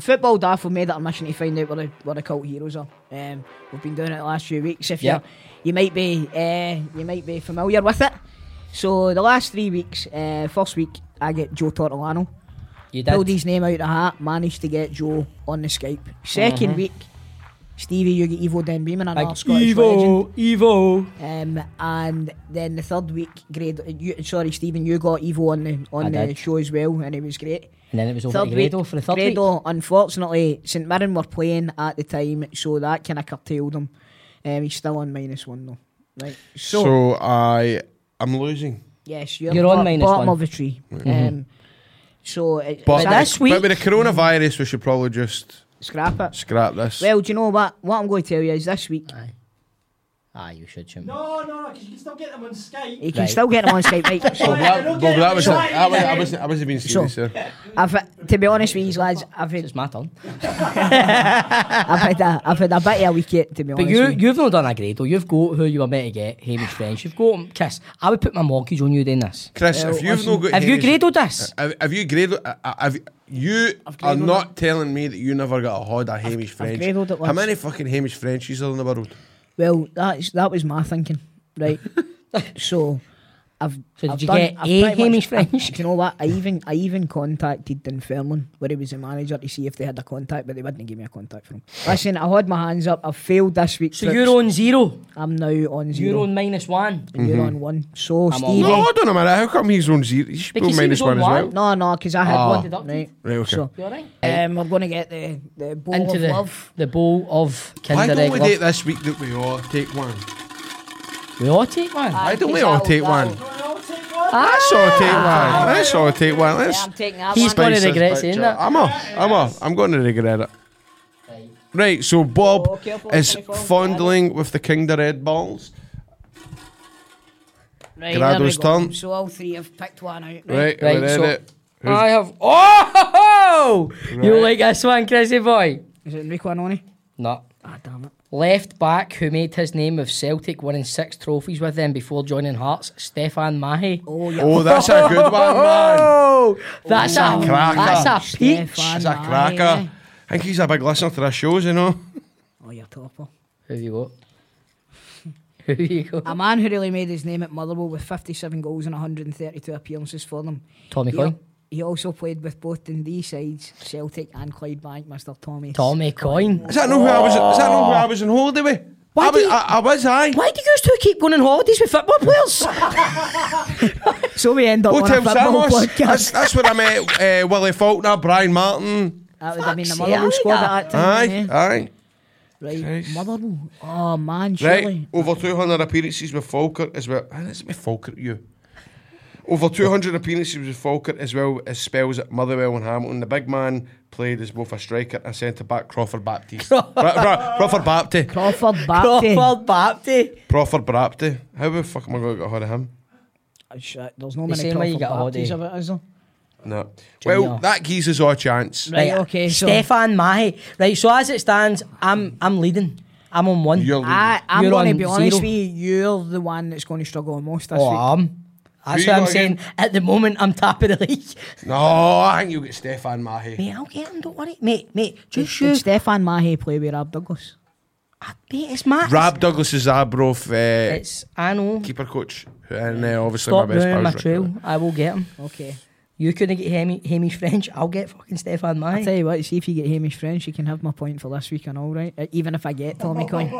E: Football Daft, we made it our mission to find out what the, what the cult heroes are. Um, we've been doing it the last few weeks. If
C: Yeah.
E: you're, you might be uh, you might be familiar with it. So the last three weeks, uh, first week I get Joe Tortolano.
C: You
E: Pulled
C: did.
E: his name out of the hat, managed to get Joe on the Skype. 2nd
C: Mm-hmm.
E: week, Stevie, you get Evo Den Beeman, another Scottish legend.
C: Evo.
E: Um, and then the third week, grade. You, sorry, Stephen, you got Evo on the
C: I
E: on the
C: did.
E: show as well, and it was great.
C: And then it was over to Grado for the third week.
E: Grado, unfortunately, St Mirren were playing at the time, so that kind of curtailed him. Um, he's still on minus one though. Right. So,
F: So I am losing.
E: yes, you're,
C: You're on
E: bo-
C: minus
E: bottom
C: one. Mm-hmm.
E: of the tree. Um, so uh, it,
F: But,
E: it's
C: that's- this week-
F: but with the coronavirus, we should probably just
E: scrap it.
F: scrap this.
E: Well, do you know what? What I'm going to tell you is this week
C: Ah, you should shoot me.
G: No, no, no, because you can still get them on Skype.
E: he can
C: Right.
E: still get him on Skype. Right. So,
F: Bob, that, Bob, that was it.
G: Right.
F: That was, Ah, I was I wasn't being serious
E: So-
F: there.
E: I've, to be honest with you, lads, I've had,
C: It's my turn.
E: I've had a I've had a bit of a weekend to be honest.
C: But you,
E: with you.
C: you've not done a Grado. You've got who you were meant to get, Hamish French. You've got him. Kiss. I would put my mortgage on you doing this.
F: Chris, if you've not got
C: Have you
F: Hamish-
C: Gradoed this?
F: Have, have you graded? uh, uh, Have you are not telling me that you never got a hod of Hamish French?
E: graded it
F: How
E: once.
F: many fucking Hamish Frenchies are in the world?
E: Well, that's that was my thinking, right? so, I've.
C: So did
E: I've
C: you
E: done,
C: get
E: I've
C: a
E: pretty
C: Hamish
E: I-
C: French?
E: do you know what? I even I even contacted Dunfermline, where he was the manager, to see if they had a contact, but they wouldn't give me a contact from. Listen, I had my hands up. I've failed this week.
C: So
E: trips.
C: you're on zero.
E: I'm now on
C: You're
E: zero.
C: on minus one.
E: and you're
F: Mm-hmm.
E: on one. So
C: I'm on
E: Stevie.
F: No, hold on a minute. How come he's on zero? He should be
C: Because
F: on
C: he
F: minus
C: was on
F: one as well.
C: one.
E: No, no, because I had
F: Ah.
E: one.
C: Deducted.
E: Right.
F: Right, okay.
E: So,
C: You alright?
E: um, we're gonna get the the bowl
C: Into
E: of
C: the,
E: love.
C: the bowl of
F: Why
C: Kinder
F: don't we
C: Egg
F: take
C: Love.
F: this week that we all take one?
C: We all take one.
F: Why don't we all
E: that'll-
F: take one?
E: that'll-
G: I'll take one.
C: Ah.
F: Let's all take one. Let's all take one.
E: Yeah,
F: Let's
E: I'm taking that
C: He's
E: one.
C: gonna
F: spice
C: regret
F: this
C: saying
F: picture.
C: that.
F: I'm off. I'm off. I'm going to regret it. Right, so Bob
E: Oh, careful, it's
F: is
E: gonna fall.
F: fondling with the Kinder Red balls.
E: Right,
F: Grado's
E: there we go.
F: turn.
E: So all three have picked one out.
F: Right,
C: Right,
F: we're in
C: so-
F: it. Who's-
C: I have. Oh! You like this one, Chrissy boy?
E: Is it Enrico Anoni?
C: No.
E: Ah, damn it.
C: Left back who made his name with Celtic, winning six trophies with them before joining Hearts, Stefan Mahe.
E: Oh, yeah.
F: Oh, that's a good one, man.
C: Oh, that's a
F: Cracker.
C: that's a peach.
E: Stefan
F: That's a
E: Mahe.
F: cracker. I think he's a big listener to our shows, you know.
E: Oh, you're topper.
C: Who you got? Who you got?
E: A man who really made his name at Motherwell with 57 goals and 132 appearances for them.
C: Tommy
E: He-
C: Coyne.
E: He also played with both Dundee sides, Celtic and Clydebank, Mr. Tommy.
C: Tommy Coyne.
F: Is that not who I was? Is that not who I was on holiday with?
C: Why
F: I was,
C: do you-
F: I, I was, aye.
C: Why do you two keep going on holidays with football players?
E: So we end up on a
F: Hotel
E: football
F: Samos. Oh, That's,
E: podcast.
F: that's where I met uh, Willie Faulkner, Brian Martin.
E: That would have been the
C: Fuck's
E: Motherwell
C: sake,
E: squad at that time.
F: Aye,
E: eh?
F: aye.
E: Right,
F: Christ.
E: Motherwell. Oh, man,
F: Right,
E: surely.
F: over 200 appearances with Falkirk as well. Ah, That's my Falkirk, you. Over 200 appearances with Falkirk as well as spells at Motherwell and Hamilton. The big man played as both a striker and centre back, Crawford Baptiste. Bra- Bra- Crawford Baptiste.
E: Crawford Bapty.
C: Crawford Bapty.
F: Crawford Baptiste. How the fuck am I going to get hold of him?
E: Oh, shit, There's no
C: The
E: many
C: same way you
E: Crawford
C: get a
E: Bapties
C: holiday.
E: about, is there?
F: No.
C: Junior.
F: Well, that gives us our chance.
E: Right, okay, so-
C: Stefan Mahe. Right, so as it stands, I'm I'm leading. I'm on one.
F: You're leading.
E: I, I'm
C: You're
E: going to
C: on
E: be honest
C: zero.
E: with you, you're the one that's going to struggle most this
C: oh,
E: week.
C: I'm. That's
F: Who you
C: what I'm
F: got
C: saying. At the moment, I'm tapping the league.
F: No, I think you'll get Stefan Mahe.
C: Mate, I'll get him. Don't worry, mate. Mate,
E: Did,
C: just
E: did
C: you.
E: Stefan Mahe play with Rob Douglas?
C: Mate, it's Matt.
F: Rab Douglas is Abroff, uh,
C: It's I know.
F: keeper coach, and uh, obviously
C: Stop
F: my best
C: ruining my
F: pals, Rick
C: trail.
F: Kelly.
C: I will get him.
E: Okay.
C: You couldn't get Hamish French. I'll get fucking Stefan Mahe.
E: Tell you what, see if you get Hamish French, you can have my point for this week and all, right? Uh, Even if I get Tommy Coyne.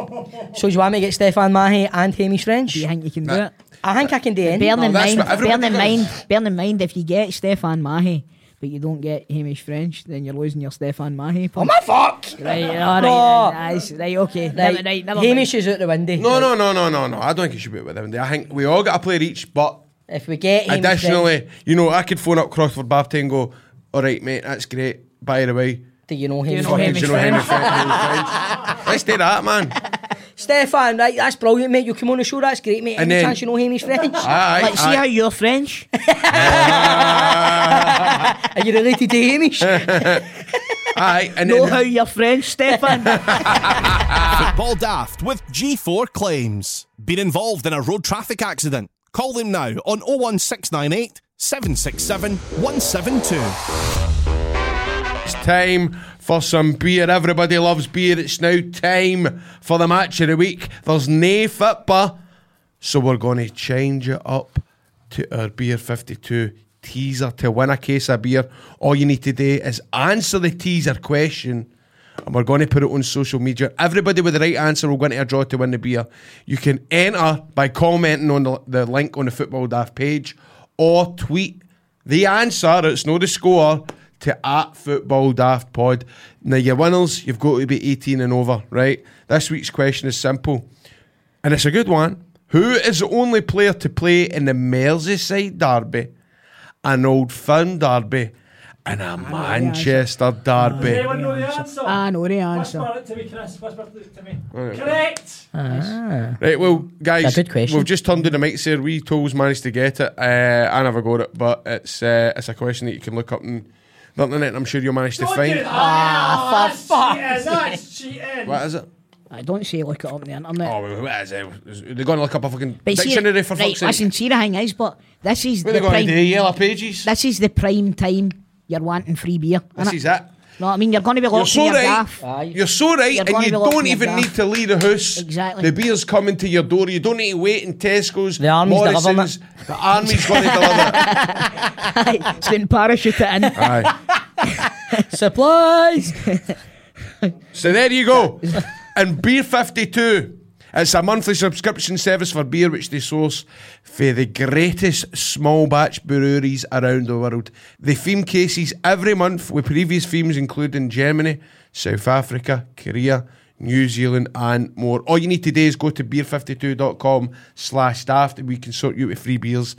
C: So do you want me to get Stefan Mahe and Hamish French?
E: Do you think you can do it?
C: I think I can do
E: Bearing
C: any.
E: in
F: that's
E: mind,
F: what
E: bearing in
F: everybody
E: mind, bearing in mind, if you get Stefan Mahe, but you don't get Hamish French, then you're losing your Stefan Mahi.
C: Oh my fuck!
E: Right, all right,
C: No.
E: right, right, right, okay.
C: Right,
E: Never, right, never
C: Hamish is out the window.
F: No, no, no, no, no, no. I don't think it should be with them. I think we all got a player each, but
C: If we get Hamish,
F: additionally, you know, I could phone up Crossford Bapty and go, all right, mate, that's great. By the way,
C: then, do you know Hamish?
E: know
F: fucking
E: Hamish
F: do you know Hamish French? Hamish French? Let's do that, man.
C: Stefan, right, that's brilliant, mate. You come on the show, that's great, mate.
F: And
C: Any
F: then- Ah.
C: chance you know Hamish French?
F: Aye,
E: Like, see
F: aye.
E: how you're French?
C: Are you related to Hamish?
F: Aye, and
E: know
F: then
E: how you're French, Stefan?
A: Football Daft with G4 Claims. Been involved in a road traffic accident? Call them now on 01698 767 172.
F: it's time for some beer. Everybody loves beer. It's now time for the match of the week. There's nae football, so we're going to change it up to our beer 52 teaser to win a case of beer. All you need to do is answer the teaser question. And we're going to put it on social media. Everybody with the right answer will go into a draw to win the beer. You can enter by commenting on the, the link on the Football Daft page or tweet the answer, it's not the score, to at Football Daft Pod. Now, your winners, you've got to be 18 and over, right? This week's question is simple, and it's a good one. Who is the only player to play in the Merseyside Derby, an Old Firm Derby, and a Manchester Derby?
G: Anyone know the answer?
E: I know the
G: Whisper
E: answer.
G: it to me, Chris. Whisper it to me. Correct.
F: Right, well, guys,
C: It's a good question.
F: we've just turned on the mics here. We tools managed to get it. Uh, I never got it, but it's uh, it's a question that you can look up on the internet. and I'm sure you'll manage to
G: Don't do
F: find.
G: that. Ah, for fuck. That's cheating.
F: What is it?
E: I don't say look it up on the internet.
F: Oh, well, what is it? They're going to look up a fucking
E: But see,
F: dictionary for
E: right,
F: fuck's sake.
E: listen, see the thing is, but this is
F: what are
E: the
F: they going
E: prime.
F: to do? Yellow pages?
E: This is the prime time you're wanting free beer.
F: This
E: innit?
F: is it.
E: No, I mean you're going to be
F: You're
E: locked
F: so
E: in your
F: right.
E: gaff.
C: Aye.
F: You're so right,
E: You're
F: and
E: gonna
F: you
E: be locked
F: don't
E: in your
F: even
E: gaff.
F: need to leave the house.
E: Exactly.
F: The beer's coming to your door. You don't need to wait in Tesco's.
C: The army's delivering it.
F: Morrison's. The army's going to deliver it.
E: It's been parachute it in.
F: Aye.
C: Supplies!
F: So there you go. and Beer 52. It's a monthly subscription service for beer which they source for the greatest small batch breweries around the world. They theme cases every month with previous themes including Germany, South Africa, Korea, New Zealand and more. All you need today is go to beer52.com slash daft and we can sort you with free beers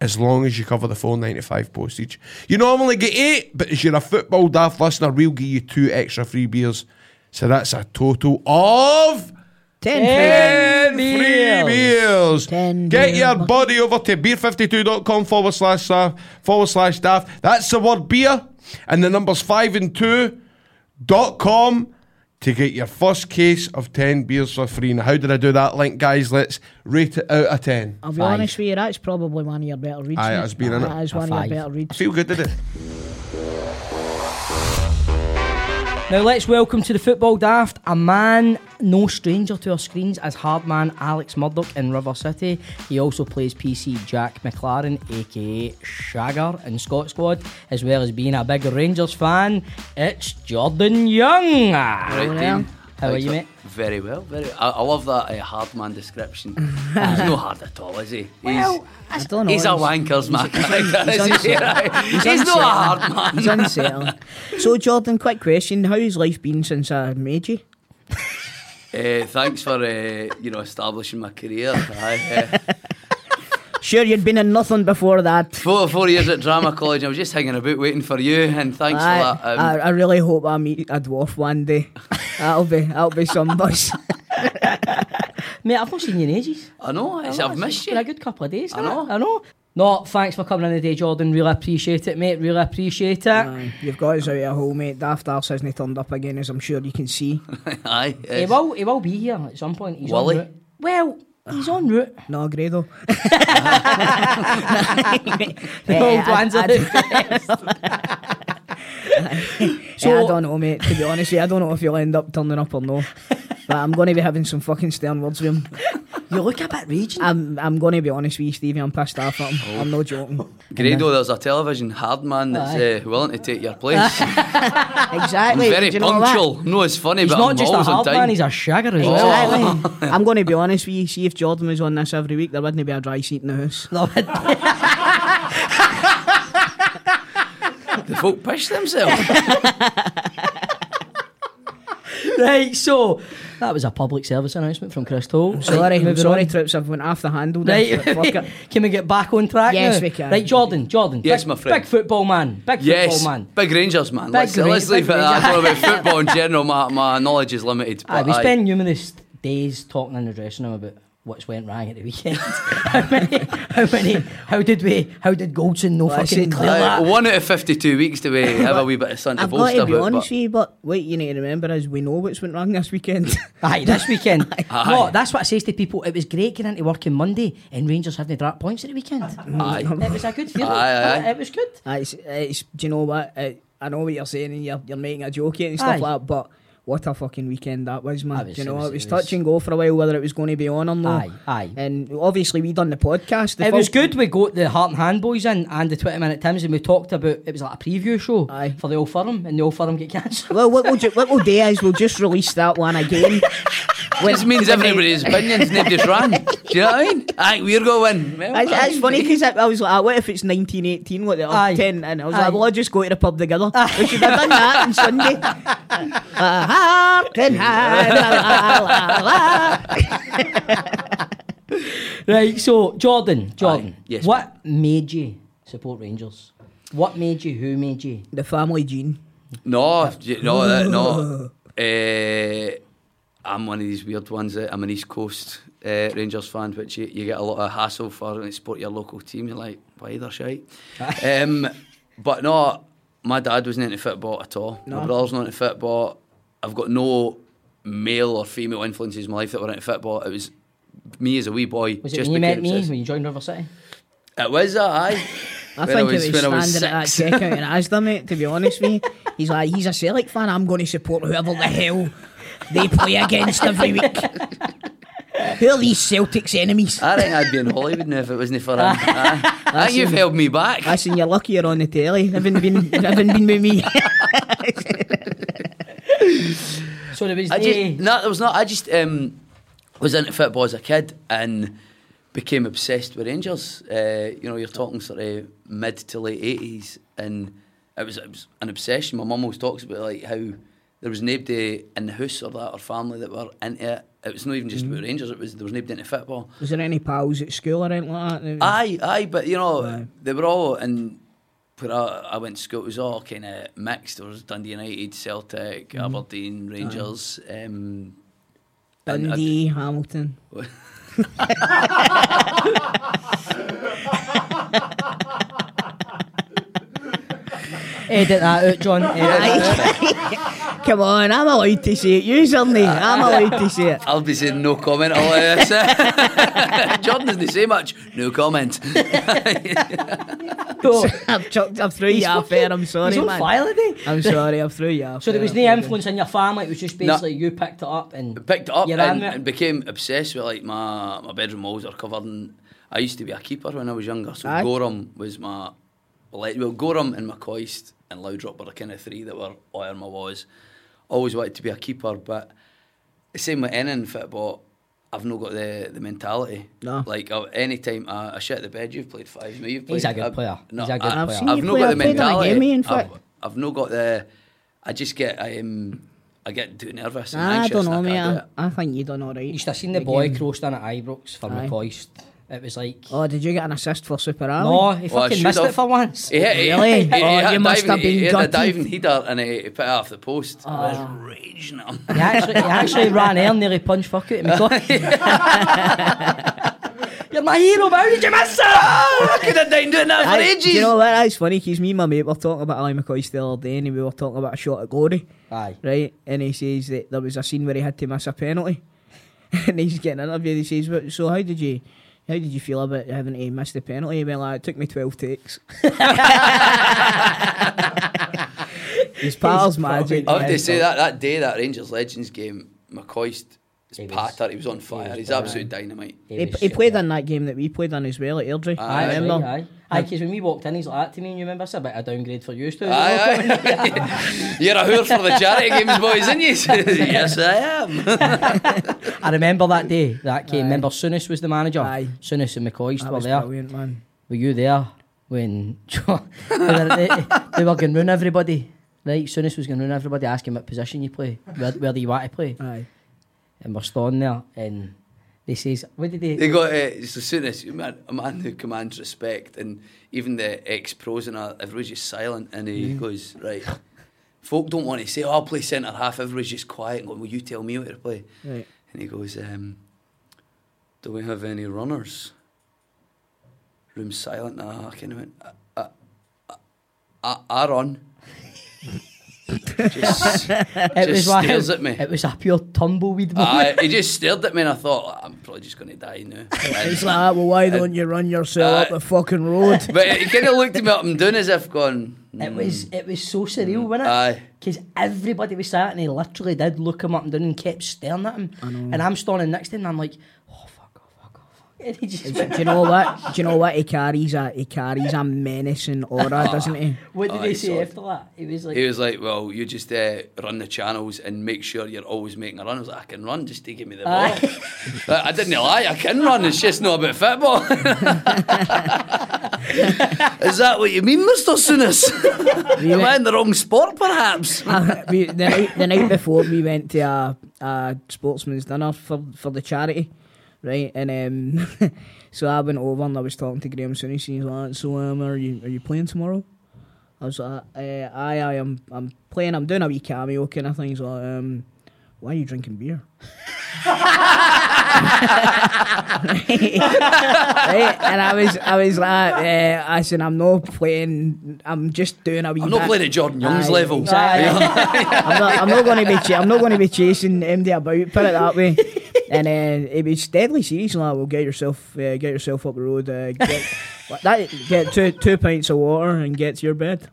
F: as long as you cover the 495 postage. You normally get eight, but as you're a football daft listener, we'll give you two extra free beers. So that's a total of
E: Ten.
F: ten free
C: beers.
F: beers.
E: Ten
F: Get
E: beer
F: your body over to beer52.com forward slash uh, forward slash daft. That's the word beer, and the numbers five and two dot com to get your first case of ten beers for free. Now, how did I do that link, guys? Let's rate it out of ten.
E: I'll be
C: Five.
E: honest with you, that's probably one of your better reads.
F: Aye,
E: mate.
F: that's been in it.
E: That is
C: A
E: one
C: five.
E: of your better
F: I
E: reads.
F: feel good, did it?
C: Now let's welcome to the football daft a man no stranger to our screens as hard man Alex Murdoch in River City. He also plays PC Jack McLaren, aka Shagger in Scott Squad, as well as being a big Rangers fan. It's Jordan Young.
H: Right, Dean.
C: How are
H: Thanks
C: you,
H: for-
C: mate?
H: Very well. Very. I, I love that uh, hard man description. he's no hard at all, is he? He's,
E: I don't know.
H: he's a wanker's man. character,
E: he's
H: is he?
E: uncertain.
H: Right? He's,
E: uncertain.
H: not a hard man.
E: He's unsettling. so, Jordan, quick question: How's life been since I made you?
H: Uh, thanks for uh, you know establishing my career. Aye, uh,
E: Sure, you'd been in nothing before that.
H: four four years at drama college. I was just hanging about waiting for you, and thanks
E: I,
H: for that. Um,
E: I, I really hope I meet a dwarf one day. That'll be that'll be some buzz.
C: Mate, I've not seen you in ages.
H: I know. It's, I've
C: Oh, It's
H: missed
C: Been a
H: you.
C: good couple of days.
H: I
C: hasn't it?
H: know.
C: I know. No, thanks for coming in today, Jordan. Really appreciate it, mate. Really appreciate it.
H: Uh,
E: Aye, You've got us out of a hole, mate. Daft Arse hasn't turned up again, as I'm sure you can see.
H: Aye. uh,
C: He
H: it's-
C: will. He will be here at some point. He's
H: Will
C: en
H: he?
C: route. Well, he's en route.
E: No, Grado.
C: The old ones are
E: So
C: So-
E: I don't know, mate. To be honest, with you, I don't know if you'll end up turning up or no. But I'm going to be having some fucking stern words with him.
C: You look a bit raging.
E: I'm I'm going to be honest with you, Stevie. I'm pissed off at him. I'm no joking.
H: Grado, there's a television hard man that's
C: Aye.
H: uh, willing to take your place. I'm
E: Exactly.
H: very
E: do you know
H: punctual. No, it's funny,
C: he's
H: but
C: not
H: I'm
C: just a
H: always on
C: hard
H: time.
C: man, he's a shagger as
E: That?
C: well.
E: Exactly. I'm going to be honest with you. See if Jordan was on this every week, there wouldn't be a dry seat in the house.
C: No,
H: The folk pish themselves.
C: Right, so that was a public service announcement from Chris Toll.
E: Sorry,
C: right, moving
E: sorry,
C: on.
E: troops. I've went off the handle. there, but fuck
C: Right,
E: it.
C: can we get back on track?
E: Yes,
C: now?
E: we can.
C: Right, Jordan, Jordan.
H: Yes,
C: big,
H: my friend.
C: Big football man. Big
H: yes,
C: football man.
H: big Rangers man. let's,
C: Rangers,
H: let's leave
C: big
H: it. at that. I don't know about football in general. My, my knowledge is limited.
C: Aye,
H: But
C: we
H: aye.
C: spend numerous days talking in the dressing room about what's went wrong at the weekend. how many? How many? How did we? How did Goldson no fucking
E: Listen,
C: clear
H: Aye,
C: that?
H: one out of fifty-two weeks do we have a wee bit of sun to
E: I've got
H: boast
E: to
H: about?
E: be honest
H: but-
E: with you, but what you need to remember is we know what's went wrong this weekend.
C: Aye, this weekend.
H: Aye.
C: No, that's what I says to people. It was great getting into work on Monday and Rangers having dropped points at the weekend. It was a good feeling.
H: Mm. Aye, aye.
C: It was good.
E: Aye, Ah, it's, it's, do you know what? I, I know what you're saying, and you're, you're making a joke here and
C: Aye.
E: stuff like that, but what a fucking weekend that was, man.
C: Aye, it was-
E: do you
C: it
E: know, it
C: was-
E: was,
C: it was-
E: touch and go for a while whether it was going to be on or not.
C: Aye, aye.
E: And obviously, we done the podcast. The
C: it was
E: first-
C: good. We got the Heart and Hand boys in and the 20 minute Tims, and we talked about it was like a preview show
E: Aye.
C: for the Old Firm, and the Old Firm get cancelled.
E: Well, what we'll, do, what we'll do is we'll just release that one again.
H: This means everybody's opinions never just ran. Do you know what I mean? Aye, we're going. Well,
E: It's, it's funny because I, I was like, "Ah, what if it's 1918, what the
C: Aye.
E: or 10? And I was
C: Aye.
E: like, well, I'll just go to the pub together. we should have done that on Sunday. Uh, heart and hand, la, la, la, la.
C: right, so Jordan, Jordan,
H: Aye, yes,
C: what made you support Rangers? What made you? Who made you?
E: The family gene.
H: No, j- no, that, no. Eh, I'm one of these weird ones. That I'm an East Coast eh, Rangers fan, which you, you get a lot of hassle for and support your local team. You're like, why they're shite. um, but no, my dad wasn't into football at all. My brother's not into football. I've got no male or female influences in my life that were into football. It was me as a wee boy.
C: Was it
H: just
C: when you met
H: became
C: me
H: obsessed.
C: when you joined River City?
H: It was that, aye.
E: I
H: When
E: think
H: was-
E: it was
H: when
E: standing
H: I was
E: at that
H: six.
E: checkout in Asda, mate, to be honest with you. He's like, he's a Celtic fan, I'm going to support whoever the hell they play against every week. Who are these Celtic's enemies?
H: I think I'd be in Hollywood now if it wasn't for him. Aye. Aye, you've held me back.
E: Listen, you're lucky you're on the telly. Haven't been, haven't been with me.
C: So there was
H: I
C: no-
H: just no, there was not. I just um, was into football as a kid and became obsessed with Rangers. Uh, you know, you're talking sort of mid to late eighties, and it was, it was an obsession. My mum always talks about like how there was nobody in the house or that or family that were into it. It was not even just about Rangers. It was there was nobody into football.
E: Was there any pals at school or anything like that?
H: Aye, aye, but you know,
E: Aye.
H: they were all and where I, I went to school, it was all kind of mixed. There was Dundee United, Celtic,
E: Mm-hmm.
H: Aberdeen, Rangers. Um, and I-
E: Dundee, Hamilton.
C: edit that out, John. Edit that out.
E: Aye. Come on, I'm allowed to say it. You certainly, I'm allowed to say it.
H: I'll be saying no comment all of this. Jordan doesn't say much. No comment.
E: I've chucked, I've threw you off air, I'm sorry,
C: He's on
E: man.
C: fire today.
E: I'm sorry, I've threw you off
C: So there
E: air,
C: was
E: I'm
C: no
E: sorry.
C: influence in your family. It was just
H: No.
C: basically you picked it up and
H: Picked it up
C: You
H: and,
C: ran with it.
H: and became obsessed with like my my bedroom walls are covered in. I used to be a keeper when I was younger, so
E: Aye.
H: Gorham was my like well Gorham and McCoist and Loudrop were the kind of three that were where my was. Always wanted to be a keeper, but the same with any in football. I've not got the, the mentality.
E: No.
H: Like uh, any time I, I shit the bed, you've played five. No, you've played.
C: He's a good
H: I've-
C: player.
H: No,
C: He's a good
H: I,
C: player.
H: I've
C: Seen
E: you
H: not
E: play.
H: got the
E: I've played in a
H: mentality.
E: game, in
H: I've-
E: fact.
H: I've not got the. I just get um, I get too nervous. And
E: Ah, I
H: anxious
E: don't
H: and
E: know,
H: I
E: mate.
H: can't do
E: I,
H: it.
E: I think you done all right.
C: you should have seen the
E: Again.
C: boy crossed in at Ibrox for
E: Aye.
C: McCoist. It was like,
E: Oh, did you get an assist for Super Alley?
C: no, he
H: Well, I
C: fucking
H: should
C: missed it
H: have.
C: for once.
H: He hit, he-
E: Really?
H: He, he
E: Oh,
H: hit
E: you
H: a
E: must
H: diving-
E: have been
H: he hit a
E: gutted. Ah.
H: diving header and he, he put it off the post. I was raging at him.
C: He actually, he actually ran air and nearly punched fuck out of McCoy. You're my hero, but how did you miss it?
H: Oh, I could have done doing that for
E: Aye,
H: ages.
E: do you know what? That's funny because me and my mate were talking about Ali McCoy the other day and we were talking about a shot at glory,
C: Aye.
E: right? And he says that there was a scene where he had to miss a penalty. and he's getting interviewed. He says, "Well, So, how did you. How did you feel about having to miss the penalty? He went like, it took me 12 takes. His pals magic.
H: I have to
E: man.
H: say that that day that Rangers Legends game, McCoist
C: He was-
H: patter, he was on fire.
C: was
H: He's absolute dynamite.
E: He, he played in that game that we played in as well at Airdrie.
C: Aye,
E: I
C: aye,
E: remember.
C: aye. Aye, because when we walked in, he's like that to me, and you remember, it's a bit of a downgrade for you, Stu.
H: Aye, aye. You're a whore for the charity games, boys, aren't you? yes, I am.
C: I remember that day, that game. Remember, Soonis was the manager.
E: Aye.
C: Soonis and McCoist
E: That
C: were
E: was
C: there.
E: brilliant, man.
C: Were you there? when they, were, they, they were going round everybody. Right, Soonest was going round everybody asking what position you play, where, where do you want to play,
B: Aye.
C: and we're standing there, and they says, "What did they?"
H: They got uh, so soon as a man, a man who commands respect, and even the ex pros and all, everybody's just silent, and he
C: Mm-hmm.
H: goes right. Folk don't want to say, "Oh, I'll play centre half." Everybody's just quiet and going, "Will you tell me what to play?"
B: Right.
H: And he goes, um, "Do we have any runners?" Room silent. And I kind of went, "I, I, I, I run." just
C: it
H: just
C: like-
H: stares at me.
C: It was a pure tumbleweed moment.
H: I, he just stared at me, and I thought, "I'm probably just going to die now."
B: It's like that, Ah, well, why don't you run yourself up the fucking road?
H: But he kind of looked at me up and down as if going.
C: It was it was so surreal, wasn't it?
H: Mm. Aye.
C: Because everybody was sat and he literally did look him up and down and kept staring at him. And I'm standing next to him and I'm like, oh fuck, oh fuck, oh fuck. And he just
B: do you know what? Do you know what? He carries a he carries a menacing aura, doesn't he?
C: What did
H: Aye,
C: he say
H: so-
C: after that? He was like,
H: He was like, "Well, you just uh, run the channels and make sure you're always making a run." I was like, "I can run, just to give me the ball."
C: Aye.
H: Like, I didn't lie, I can run. It's just not about football. Is that what you mean, Mister Soonis? Am I in the wrong sport, perhaps?
B: we, the, night, the night before we went to a, a sportsman's dinner for, for the charity, right? And um, so I went over and I was talking to Graham Sooney. He's like, "So um, are you are you playing tomorrow?" I was like, uh, "Aye, aye, I'm I'm playing. I'm doing a wee cameo kind of thing." He's like, um, "Why are you drinking beer?" right? And I was, I was like, uh, I said, I'm not playing. I'm just doing a wee.
H: I'm not
B: bit."
H: playing at Jordan Young's
B: Aye,
H: level.
B: exactly. I'm not, I'm not going to be cha- I'm not going to be chasing MD about. Put it that way. And uh, it was deadly serious. Like, well, get yourself uh, get yourself up the road. Uh, get what- that get two two pints of water and get to your bed.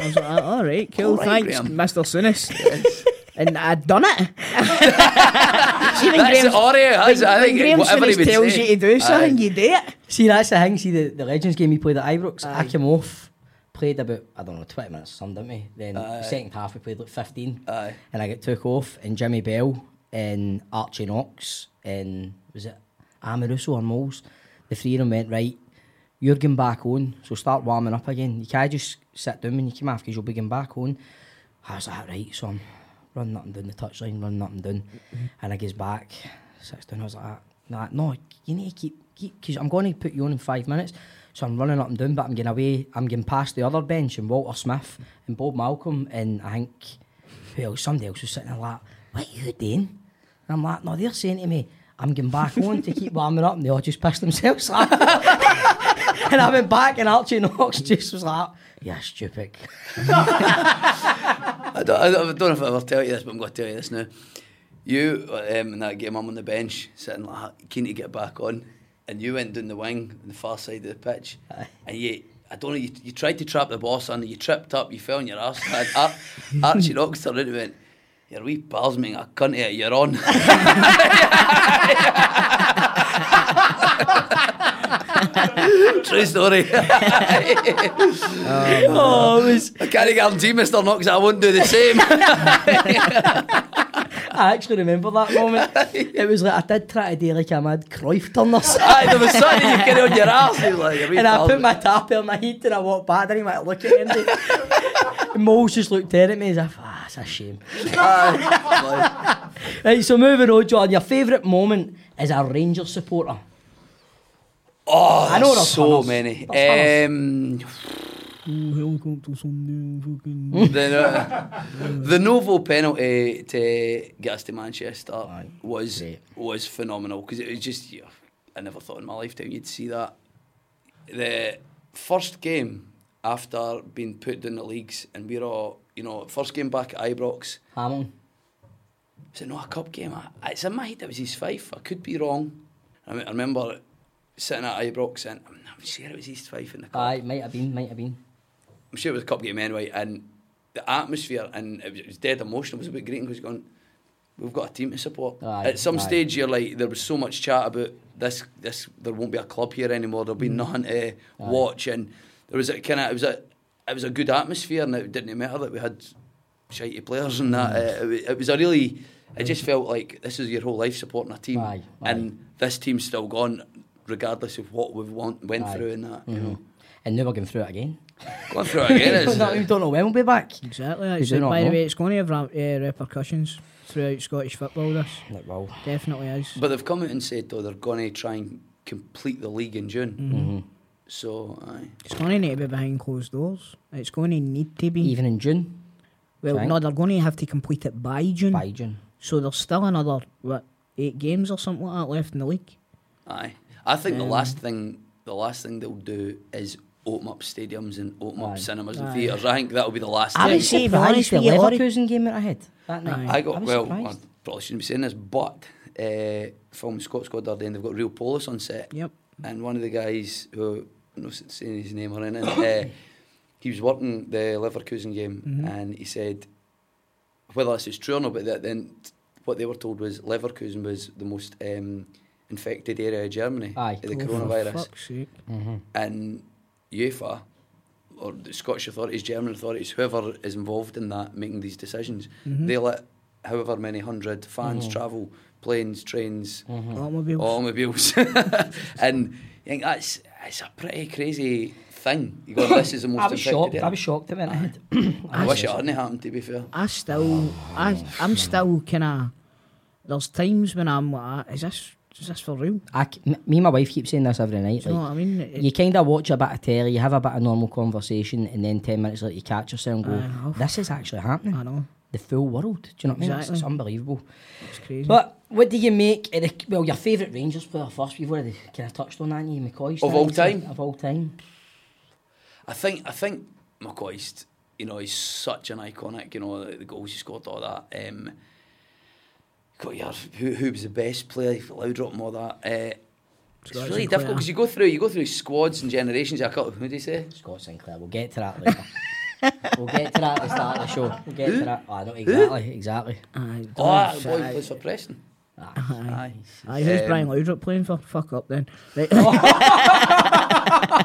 B: I was like, all right, cool,
H: All right,
B: thanks,
H: Graham."
B: Mister Soonis. And I'd done it. Even
H: That's
B: Graham's-
H: Oreo. I, I
B: when
H: think
B: Graham
H: whatever he
B: Souness
H: would
B: tells
H: say.
B: you to do something,
H: Aye.
B: you do it.
C: see, that's the thing. See, the, the Legends game he played at Ibrox, I came off, played about, I don't know, 20 minutes or something, didn't we? Then the second half we played like 15.
H: Aye.
C: And I got took off and Jimmy Bell and Archie Knox and, was it Amaruso or Moles? The three of them went, right, you're going back on, so start warming up again. You can't just sit down when you come off because you'll be going back on. I was like, right, so I'm running up and down the touchline, running up and down. And I goes back, sits down. I was like, ah, nah, no, you need to keep, keep, because I'm going to put you on in five minutes. So I'm running up and down, but I'm getting away, I'm getting past the other bench and Walter Smith and Bob Malcolm and I think, well, somebody else was sitting there like, what are you doing? And I'm like, no, they're saying to me, I'm getting back on to keep warming up. And they all just pissed themselves off. and I went back and Archie Knox just was like, yeah, stupid.
H: I don't, I don't I don't know if I ever tell you this, but I'm going to tell you this now. You, um, in that game, I'm on the bench, sitting like that, keen to get back on, and you went down the wing, on the far side of the pitch, and you, I don't know, you, you tried to trap the boss on, you tripped up, you fell on your arse, and Ar- Archie Knox turned around and went, your wee pal's making a cunt out of you, on. True story.
C: oh, it was,
H: I can't guarantee, Mr. Knox, I won't do the same.
C: I actually remember that moment. it was like I did try to do like a mad Cruyff turn or something.
H: Aye, there was something you carry on your arse. He was like, "Your wee
C: And I
H: pal's
C: put my tap on my heat and I walked back and he went, look at Andy. And Moles just looked there at me as if, ah, it's a shame. right, so moving on, John, your favourite moment as a Rangers supporter.
H: Oh,
C: I know
H: there's
C: there's
H: so
C: tunnels.
H: many.
C: There's
H: Um,
B: Welcome to some new fucking.
H: the, the Novo E penalty to get us to Manchester was
C: great.
H: was phenomenal because it was just yeah, I never thought in my lifetime you'd see that. The first game after being put in the leagues and we we're all you know first game back at Ibrox.
C: Hamilton.
H: I said, no, a cup game. I- I- It's in my head it was his fife. I could be wrong. I, mean, I remember sitting at Ibrox and I'm sure it was his fife in the cup.
C: Aye, might have been, might have been.
H: I'm sure it was a cup game anyway, and the atmosphere and it was, it was dead emotional. It was a bit great because going, we've got a team to support.
C: Aye,
H: At some
C: aye.
H: stage, you're like, there was so much chat about this, this. There won't be a club here anymore. There'll be
C: Mm.
H: nothing to watch, and there was a kind of it was a it was a good atmosphere, and it didn't matter that we had shitey players and that. Uh,
C: Mm.
H: it, wa- it was a really. It just felt like this is your whole life supporting a team,
C: Aye, aye.
H: and this team's still gone. regardless of what we've want, went
C: Aye. Mm-hmm.
H: through and that. You know,
C: And now we're going through it again.
H: going through it again
C: we
H: is
C: don't we don't know when we'll be back.
B: Exactly.
C: do
B: That's it.
C: not
B: By
C: know.
B: the way, it's going to have ra- uh, repercussions throughout Scottish football. This
C: Like, well,
B: definitely is.
H: But they've come out and said though they're going to try and complete the league in June.
C: Mm-hmm.
H: So aye.
B: It's going to need to be behind closed doors. It's going to need to be.
C: even in June,
B: well,
C: Right.
B: no, they're going to have to complete it by June.
C: by June.
B: So there's still another what eight games or something like that left in the league.
H: aye. I think the
C: Um,
H: last thing the last thing they'll do is open up stadiums and open
C: Aye.
H: up cinemas and theatres. I think that'll be the last
C: I
H: thing.
C: was
B: see, if I'm
C: surprised
B: honest
C: the
B: with you, Rory-
C: Leverkusen game that I had that night.
H: I got
C: was
H: well I
C: surprised.
H: probably shouldn't be saying this, but uh film Scott Squad the other day and they've got real polis on set.
B: Yep.
H: And one of the guys who I'm not saying his name or anything, uh, he was working the Leverkusen game
C: Mm-hmm.
H: and he said whether this is true or not, but that then what they were told was Leverkusen was the most um, infected area of Germany
C: Aye.
H: with the
B: Oh, for
H: coronavirus.
B: fuck's sake.
H: And UEFA or the Scottish authorities, German authorities, whoever is involved in that making these decisions,
C: Mm-hmm.
H: they let however many hundred fans travel, planes, trains,
C: Mm-hmm.
B: Automobiles.
H: Oh. automobiles, and I think that's it's a pretty crazy thing. You go, this is the most.
C: I was
H: infected
C: shocked.
H: area."
C: I was shocked at when I had.
H: I wish it hadn't happened. To be fair,
B: I still, I,
C: Oh,
B: I'm still kind of. There's times when I'm like, "Ah, is this, is this for real?
C: I c- m- me and my wife keep saying this every night.
B: Do you know
C: like,
B: what I mean? It-
C: you kind of watch a bit of telly, you have a bit of normal conversation, and then 10 minutes later you catch yourself and go,
B: Aye, I've-
C: This is actually happening.
B: I know.
C: The full world. Do you know what I mean? It's, it's
B: Exactly.
C: unbelievable.
B: It's crazy.
C: But what do you make of the, well, your favourite Rangers player first? We've already kind of touched on that, you McCoy.
H: Of all time?
C: Of all time.
H: I think I think McCoist, you know, he's such an iconic. You know, the, the goals he scored, all that. Um, got your who, who was the best player, Loudrop and all that. Uh, it's
B: Scottish
H: really
B: and
H: difficult
B: Clare.
H: because you go through you go through squads and generations. I got who do you say?
C: Scott Sinclair. We'll get to that later. we'll get to that at the start of the show. We'll get to that. Oh, not exactly. Exactly.
B: Aye,
H: Oh, that
B: don't-
H: boy
B: aye,
H: plays for Preston.
B: aye.
H: Aye.
B: Aye, who's
H: Um,
B: Brian Laudrup playing for? Fuck up then.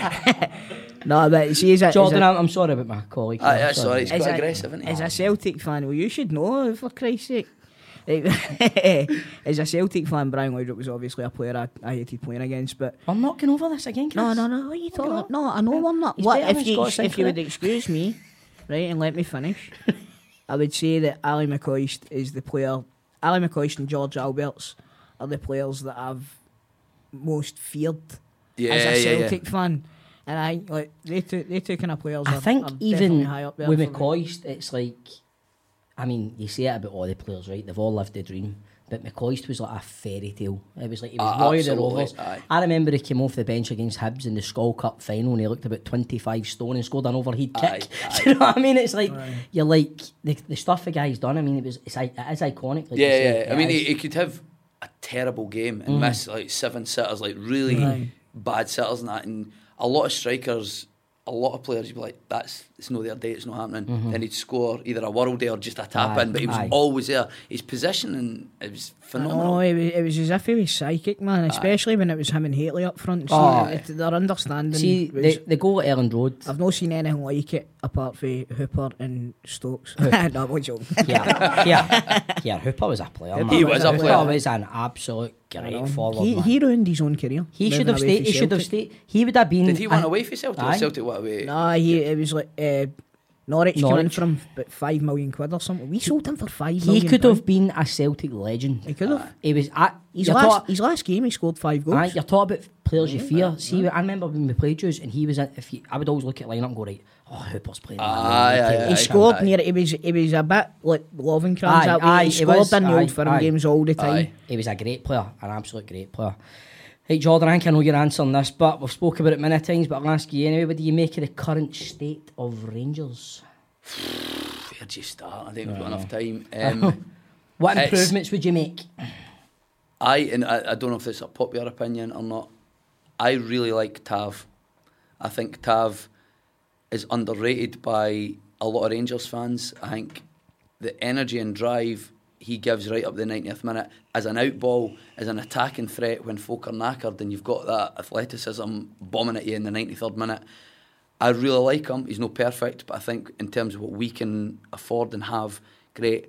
B: Right. no, but see, is it,
C: Jordan,
B: is
C: I'm, I'm sorry about my colleague.
H: Aye,
C: I'm
H: that's sorry, he's
B: it, is
H: quite
B: it-
H: aggressive, isn't he?
B: is a Celtic fan? Well, you should know, for Christ's sake. Right. As a Celtic fan, Brian Laudrup was obviously a player I, I hated playing against, but
C: I'm not going over this again, Chris.
B: No, no, no. What are you talking
C: not.
B: about? No, I know I'm not.
C: He's
B: what
C: better
B: if
C: than
B: you
C: Scott
B: if you
C: Sinclair.
B: would excuse me, right, and let me finish? I would say that Ali McCoist is the player. Ali McCoist and George Alberts are the players that I've most feared
H: Yeah,
B: as a
H: yeah, yeah.
B: Celtic fan. And I like they two they two kind of players.
C: I
B: are,
C: think
B: are definitely
C: even
B: high up there
C: with
B: for me.
C: McCoist, it's like, I mean, you say it about all the players, right? They've all lived the dream. But McCoist was like a fairy tale. It was like he was
H: Ah,
C: Roy of the
H: absolutely,
C: Rovers.
H: aye.
C: I remember he came off the bench against Hibs in the Skull Cup final and he looked about 25 stone and scored an overhead
H: Aye,
C: kick. Do you know what I mean? It's like, you're like, the, the stuff the guy's done, I mean, it was it's, it is iconic. Like you Mm.
H: yeah,
C: say,
H: yeah. I
C: it
H: mean,
C: is.
H: he, he could have a terrible game and miss like seven sitters, like really
B: Aye.
H: bad sitters and that. And a lot of strikers, a lot of players, you'd be like, that's it's not their day, it's not happening. Then he'd score either a world day or just a tap
C: Mm-hmm. Aye,
H: in, but he was
C: aye.
H: always there. His positioning it was phenomenal.
B: No, it was, it was as if he was psychic, man. Especially when it was him and Haley up front. So
C: Aye.
B: it- their understanding.
C: Oh. See,
B: was-
C: the, the goal at Erland Road.
B: I've not seen anything like it apart from Hooper and Stokes. no, I'm only joking.
C: Yeah, yeah, yeah. Hooper was a player. man.
H: He was a
C: Hooper
H: player.
C: was an absolute great forward.
B: he,
C: man.
B: he ruined his own career.
C: He should
B: moving
C: have
B: away
C: stayed.
B: from
C: He should have
B: Celtic.
C: stayed. He would have been.
H: Did he run
C: I-
H: away for Celtic?
C: Aye.
H: Or Celtic went away.
B: Nah, he it was like uh, Norwich, came in
C: Norwich.
B: for him, but five million quid or something. We sold him for five million.
C: He could have
B: pound.
C: been a Celtic legend.
B: He could have.
C: He was. At,
B: His
C: you're
B: last,
C: talk-
B: his last game, he scored five goals.
C: Aye, you're talking about players you fear. See, I remember when we played Jews, and he was. in- If you, I would always look at lineup and go right. Oh, Hooper's playing.
H: Aye, aye, aye,
B: he
H: aye.
B: scored
H: aye.
B: near. He was. He was a bit like loving
C: Aye,
B: crowns that way.
C: aye,
B: he
C: he
B: scored
C: was,
B: in the
C: aye,
B: old firm
C: aye.
B: games all the time.
H: Aye.
C: He was a great player, an absolute great player. Hey Jordan, I think I know your answer on this, but we've spoken about it many times. But I'll ask you anyway. What do you make of the current state of Rangers?
H: Where do you start? I think we've got enough time. Um,
C: What
H: It's-
C: improvements would you make?
H: I and I, I don't know if it's a popular opinion or not. I really like Tav. I think Tav is underrated by a lot of Rangers fans. I think the energy and drive he gives right up the 90th minute as an out ball, as an attacking threat when folk are knackered and you've got that athleticism bombing at you in the 93rd minute. I really like him. He's not perfect, but I think in terms of what we can afford and have, great.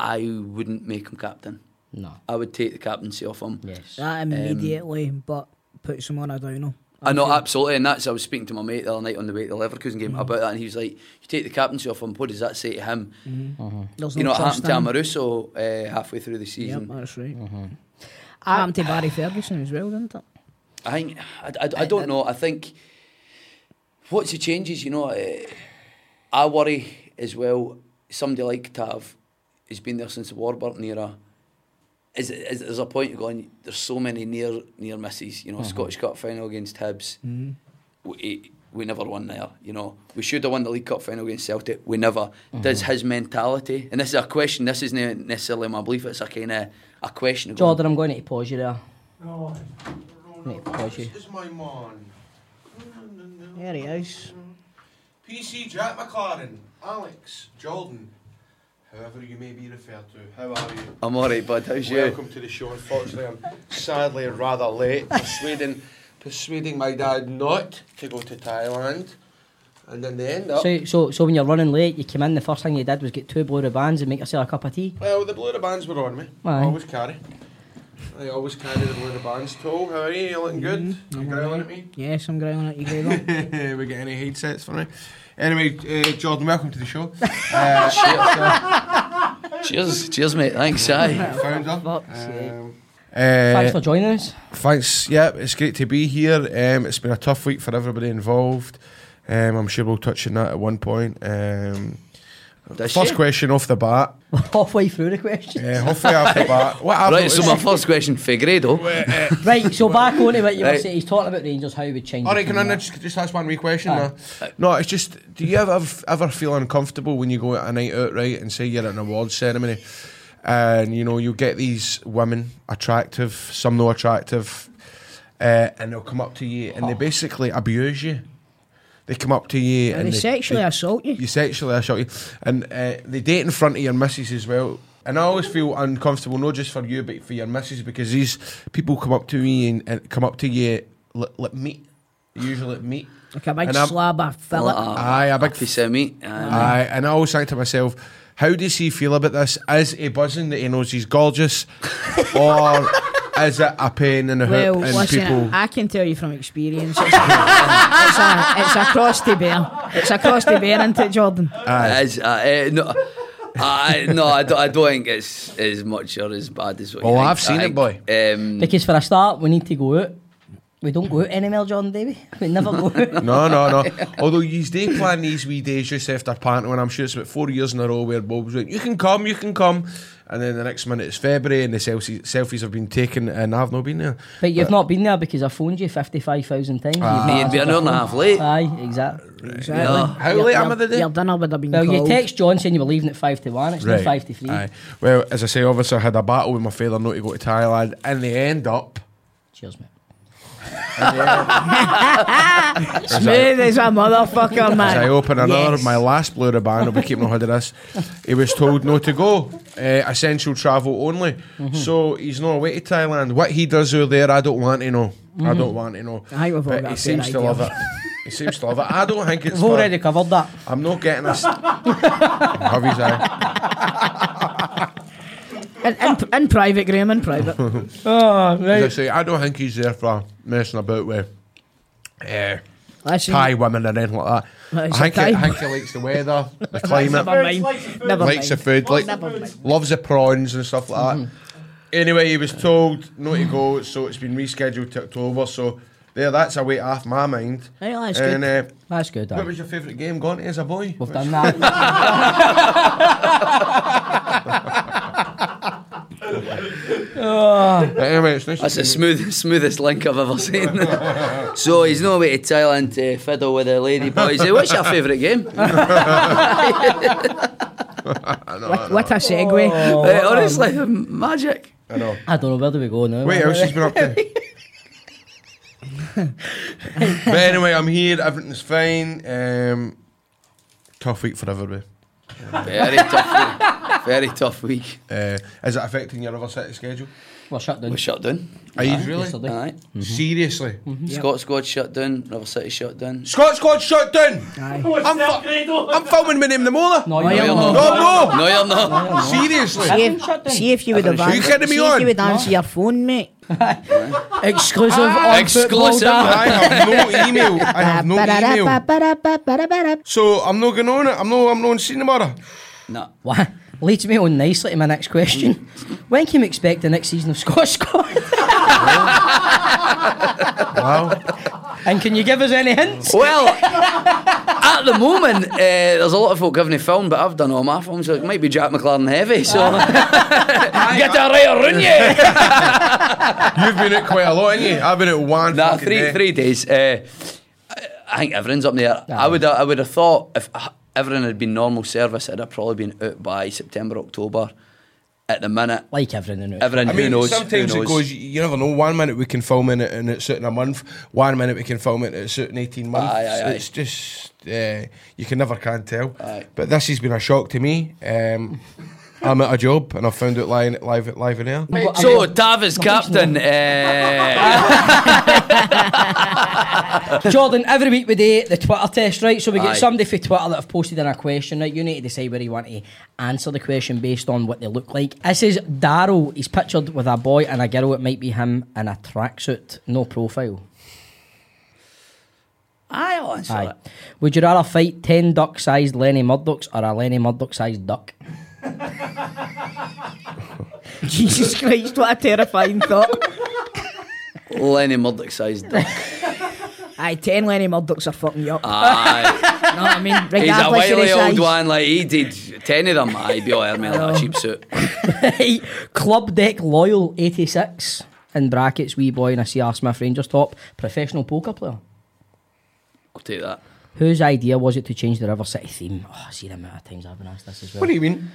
H: I wouldn't make him captain.
C: No.
H: I would take the captaincy off him.
C: Yes.
E: That immediately, but put someone a downer.
H: I know, absolutely. And that's, I was speaking to my mate the other night on the way to the Leverkusen game about that. And he was like, you take the captaincy off him, what does that say to him?
E: Mm-hmm. There's
H: You
E: no
H: know, it
E: trust
H: happened to Amaruso uh, halfway through the
E: in him.
H: season.
E: Yep, that's right.
B: Ah.
E: Happened to Barry Ferguson as well, didn't it?
H: I think, I, I, I don't know. I think, what's the changes, you know? Uh, I worry as well, somebody like Tav, who's been there since the Warburton era, is, is there's a point of going, there's so many near near misses. You know, Scottish Cup final against Hibs, we, eh, we never won there. You know, we should have won the League Cup final against Celtic, we never. Does his mentality, and this is a question, this isn't necessarily my belief, it's a kind of a question. of going,
C: Jordan, I'm going to pause you there.
G: No.
C: Need to pause you.
F: Oh, is my man.
E: There he is.
F: PC Jack McLaren, Alex, Jordan, however you may be referred to. How are you?
H: I'm all right, bud, how's you?
F: Welcome to the show. Unfortunately, I'm sadly rather late. Persuading, persuading my dad not to go to Thailand, and then they end up.
C: So, so, so when you're running late, you came in. The first thing you did was get two blue bands and make yourself a cup of tea.
F: Well, the blue bands were on me.
C: Aye.
F: I always carry. I always carry the blue bands. Tall, how are you? You looking good?
E: Mm-hmm.
F: you growling at me?
E: Yes, I'm growling at you, Grego.
F: we get any headsets for me? Anyway, uh, Jordan, welcome to the show. Uh,
H: Cheers, cheers, mate. Thanks, aye.
F: Founder.
E: Fuck's sake.
F: Um,
C: Thanks for joining us.
F: Thanks. Yeah, it's great to be here. Um, it's been a tough week for everybody involved. Um, I'm sure we'll touch on that at one point. Um,
H: Does
F: first
H: she?
F: question off the bat.
C: We're halfway through the question.
F: Uh, hopefully off the bat. What uh, I've
H: Right, so my
F: noticed-
H: first question, Figredo.
C: Right, so back on to what you were
H: Right.
C: saying. He's talking about Rangers, how we change.
F: All
C: it
F: right, can
C: from
F: I
C: there.
F: just, just ask one wee question?
C: Aye.
F: uh? No, it's just, do you ever ever feel uncomfortable when you go at a night out, right, and say you're at an awards ceremony, and you know you get these women, attractive, some no attractive, uh, and they'll come up to you and they basically abuse you. They come up to you
E: And
F: and
E: they sexually assault you.
F: you sexually assault you, and uh, they date in front of your missus as well. And I always feel uncomfortable, not just for you, but for your missus, because these people come up to me and, and come up to you, like, like meat, usually at meat.
E: Like a big
F: And I'm-
E: slab of
H: Uh,
E: fillet.
F: Aye, a big
H: piece of meat. aye.
F: Aye, and I always think to myself, how does he feel about this? Is he buzzing that he knows he's gorgeous, or is it a pain in the
E: well,
F: hoop and
E: listen,
F: people?
E: I can tell you from experience. It's, it's a, it's a cross to bear. It's a cross to bear, isn't it, Jordan?
F: Aye.
H: As, uh, uh, no, I, no, I don't, I don't think it's as much or as bad as what you
F: Oh,
H: think.
F: I've seen
H: I
F: it, boy.
H: think, Um,
C: Because for a start, we need to go out. We don't go out anymore, John Davy. We never go out.
F: No, no, no. Although he's day plan these wee days just after Panto, and I'm sure it's about four years in a row where Bob's like, "You can come, you can come," and then the next minute it's February and the selfies, selfies have been taken, and I've not been there.
C: But you've not been there because I phoned you 55,000 times. You've not
H: you'd be an hour and a half late.
C: Aye, exactly.
E: Exactly.
F: How
E: Your-
F: late am
E: your-
F: I the day?
E: Your dinner would have been
C: Well, you
E: cold.
C: text John saying you were leaving at 5 to 1. It's now 5 to 3.
F: Aye. Well, as I say, obviously I had a battle with my father not to go to Thailand, and they end up.
C: Cheers, mate.
E: Smooth as a motherfucker, man.
F: As I open another,
E: Yes.
F: my last blue ribbon, I'll be keeping on hold of this. He was told no to go, uh, essential travel only.
E: Mm-hmm.
F: So he's not away to Thailand. What he does over there, I don't want to know. I don't want to know.
E: Mm-hmm. I think we've all
F: But
E: got
F: he
E: a fair
F: seems to
E: idea.
F: love it. He seems to love it. I don't think it's.
C: We've
F: for-
C: already covered that.
F: I'm not getting a. St- Have you said?
E: In, in, in private, Graham, in private.
C: Oh,
F: As I
C: right.
F: say, I don't think he's there for messing about with. Uh,
E: Listen,
F: Thai women and anything like
E: Well,
F: that.
E: it's
F: I think,
E: a
F: he,
E: Thai-
F: I think he likes the weather, the climate.
E: never mind. Never
F: likes the
E: mind.
F: food, like,
E: Never mind. Mm-hmm.
F: loves the prawns and stuff like that. Anyway, he was told not to go, so it's been rescheduled to October. So there, that's a weight off my mind.
E: Right, well, that's
F: and
E: good.
F: uh,
C: That's good,
F: what
C: aye.
F: was your favourite game gone to as a boy?
C: We've done that.
F: But anyway, it's nice.
H: That's
F: to
H: the
F: see
H: smooth, smoothest link I've ever seen. so he's no way to Thailand to fiddle with a lady, but he's like, what's your favourite game?
E: What a segue.
H: Uh, honestly,
F: um,
H: magic.
F: you. I know.
C: I don't know, where do we go now?
F: Wait, else he's been up to? but anyway, I'm here. Everything's fine. Um, tough week for everybody.
H: Very tough week Very tough week.
F: Uh, is it affecting your other city schedule?
E: Mm-hmm.
C: We're shut down.
H: We're shut down.
F: Are you really?
C: yesterday.
H: Aye.
F: Seriously?
E: Mm-hmm.
H: Scott squad shut down. River City shut down.
F: Scott Squad shut down!
E: Aye.
G: Oh, it's
F: I'm
G: Del
F: fu-
G: Grado.
F: I'm filming my name the Mola!
C: No,
H: No,
C: you're
H: you're
C: not.
F: No,
H: No, you're not.
F: no! Seriously?
B: See
C: Everyone shut
B: if,
C: down.
B: see if you would have
H: Everyone
F: shut
B: answered,
F: down. Are you kidding me
B: see if
F: on?
B: you would answer your phone, mate.
C: Exclusive on
H: Exclusive.
C: Football Daft.
F: I have no email. I have no email.
B: Ba-ba-da-ba-ba-da-ba-ba-da-ba-da.
F: So I'm not going on it. I'm no. I'm not on scene tomorrow.
H: No.
C: Why? Leads me on nicely to my next question. when can we expect the next season of Scottish Squad?
F: Wow.
C: and can you give us any hints?
H: Well, at the moment, uh, there's a lot of folk giving a film, but I've done all my films, so it might be Jack McLaren heavy. So get that right around you.
F: You've been at quite a lot, ain't you? I've been at one.
H: nah,
F: fucking
H: three
F: day.
H: three days. Uh, I- I think everyone's up there. I would I would have thought if h- everything had been normal service, I'd have probably been out by September October. At the minute,
C: Like everything else.
H: everyone
F: I
H: who
F: mean,
H: knows.
F: sometimes it
H: who knows.
F: goes. You you never know. One minute we can film in it and it's out in a month. One minute we can film it and it's out in eighteen months.
H: Aye, aye, aye.
F: It's just uh, you can never can tell.
H: Aye.
F: But this has been a shock to me. Um, I'm at a job and I found out lying live live in air.
H: So Tav is captain. Uh,
C: Jordan, every week we do the Twitter test, right? So we get
H: Aye.
C: somebody for Twitter that have posted in a question, right? You need to decide whether you want to answer the question based on what they look like. This is Daryl. He's pictured with a boy and a girl. It might be him in a tracksuit, no profile.
H: I'll answer
C: Aye.
H: it.
C: Would you rather fight 10 duck sized Lenny Murdochs or a Lenny Murdoch sized duck?
B: Jesus Christ, what a terrifying thought.
H: Lenny Murdoch sized duck.
B: Aye, 10 Lenny Murdochs are fucking you up.
H: Aye.
B: No, I mean,
H: He's a
B: regardless of
H: wily
B: the
H: old
B: size.
H: one. Like he did ten of them. Aye, be all right, man, like a cheap suit.
C: Right. Club Deck Loyal 86, in brackets, wee boy in a CR Smith Rangers top, professional poker player.
H: I'll take that.
C: Whose idea was it to change the River City theme? Oh, I see the amount of times I've been asked this as well.
F: What do you mean?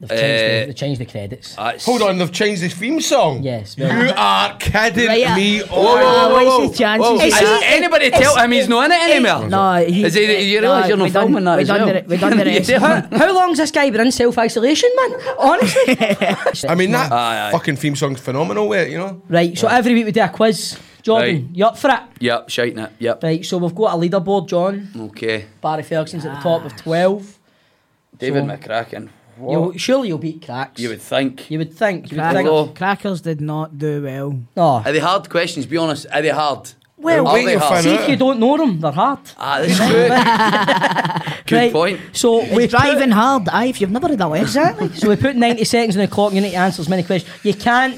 C: They've changed, the,
H: Uh,
C: they've changed the credits.
H: That's-
F: Hold on, they've changed the theme song.
C: Yes,
F: You
C: well-
F: are kidding
B: Right, uh,
F: me. Oh,
H: Whoa, whoa, whoa,
B: Uh,
H: whoa,
B: what's
H: whoa.
B: the chances
H: Whoa.
B: he
H: Is
B: has?
H: anybody tell him he's not in it anymore?
B: No, he-
H: Is he, you
B: no,
H: realise you're
B: we
H: not
B: done-
H: filming that
B: we
H: as
B: done
H: well?
B: it- we done it.
H: You
C: how,
H: realise-
C: how long's this guy been in self isolation, man? Honestly.
F: I mean that
H: Aye, aye.
F: fucking theme song's phenomenal. Where you know.
C: right, so every week we do a quiz. Jordan,
H: Right.
C: you up for it?
H: Yep, shiting it. Yep.
C: Right, so we've got a leaderboard, John.
H: Okay.
C: Barry Ferguson's at the top with 12.
H: David
C: So-
H: McCracken.
C: You'll, surely you'll beat cracks.
H: You would think.
C: You would think. You would
H: Crack-
C: think. oh,
H: Hello.
E: Crackers did not do well.
C: No.
H: Are they hard questions? Be honest. Are they hard?
F: Well,
H: are
F: wait
H: they
F: till
H: hard?
F: fin-
C: See if you don't know them, they're hard.
H: Ah, that's good. good
C: Right,
H: point.
C: So we
B: He's driving
C: Put,
B: hard. Aye, if you've never had a lesson.
C: exactly. So we put 90 seconds on the clock. You need to answer as many questions. You can't.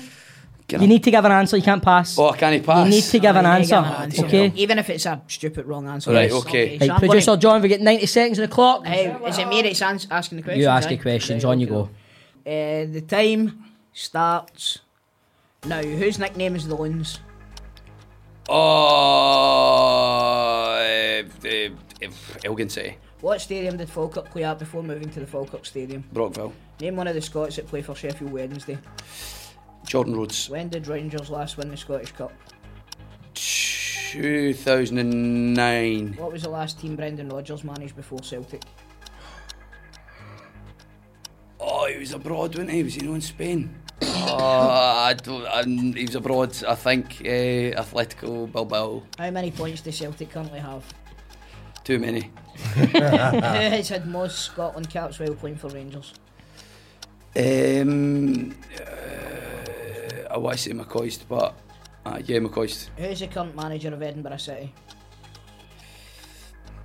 H: Can
C: you
H: I-
C: need to give an answer. You can't pass.
H: Oh, can he
C: you
H: pass?
C: need to give an
B: Aye, Oh, you
C: answer.
B: give an answer.
C: Okay.
B: Even if it's a stupid wrong answer.
H: Right,
B: Yes.
H: okay.
C: Right,
B: sharp one.
C: producer John, we get 90 seconds on the clock.
B: Hey, is it me that's ans- asking the question?
C: you ask your questions. John, you go.
B: Uh, the time starts now. Whose nickname is the Loons?
H: Oh, eh, eh, eh, Elginsey,
B: What stadium did Falkirk play at before moving to the Falkirk Stadium?
H: Brockville,
B: Name one of the Scots that play for Sheffield Wednesday.
H: Jordan Rhodes,
B: When did Rangers last win the Scottish Cup?
H: 2009.
B: What was the last team Brendan Rodgers managed before Celtic?
H: Oh, he was abroad, wasn't he? Was he not in Spain? Oh, I don't, I'm- he was abroad, I think, uh, Atletico Bilbao.
B: How many points do Celtic currently have?
H: Too many.
B: Who
C: Ah.
B: has had most Scotland caps while playing for Rangers?
H: Um, uh, I want to say McCoist, but uh, yeah, McCoist.
B: Who's the current manager of Edinburgh City?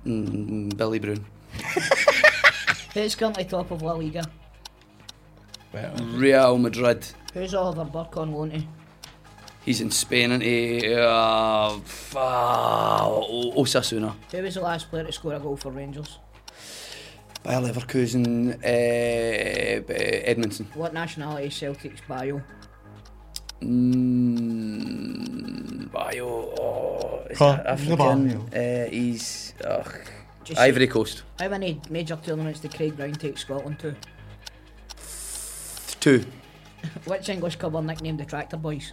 H: Mm, Billy Brown.
B: Who's currently top of La Liga?
H: Real Madrid.
B: Who's Oliver Burke on loan to?
H: He's in Spain, and he? Uh, f- uh, O- Osasuna.
B: Who was the last player to score a goal for Rangers?
H: Bayer Leverkusen, uh, Edmondson.
B: What nationality is Celtic's bio?
H: Mm, bio. Oh, is
F: Huh,
H: that African? Uh, he's. Ugh.
B: Just-
H: Ivory Coast.
B: How many major tournaments did Craig Brown take Scotland to?
H: Two.
B: Which English club are nicknamed the Tractor Boys?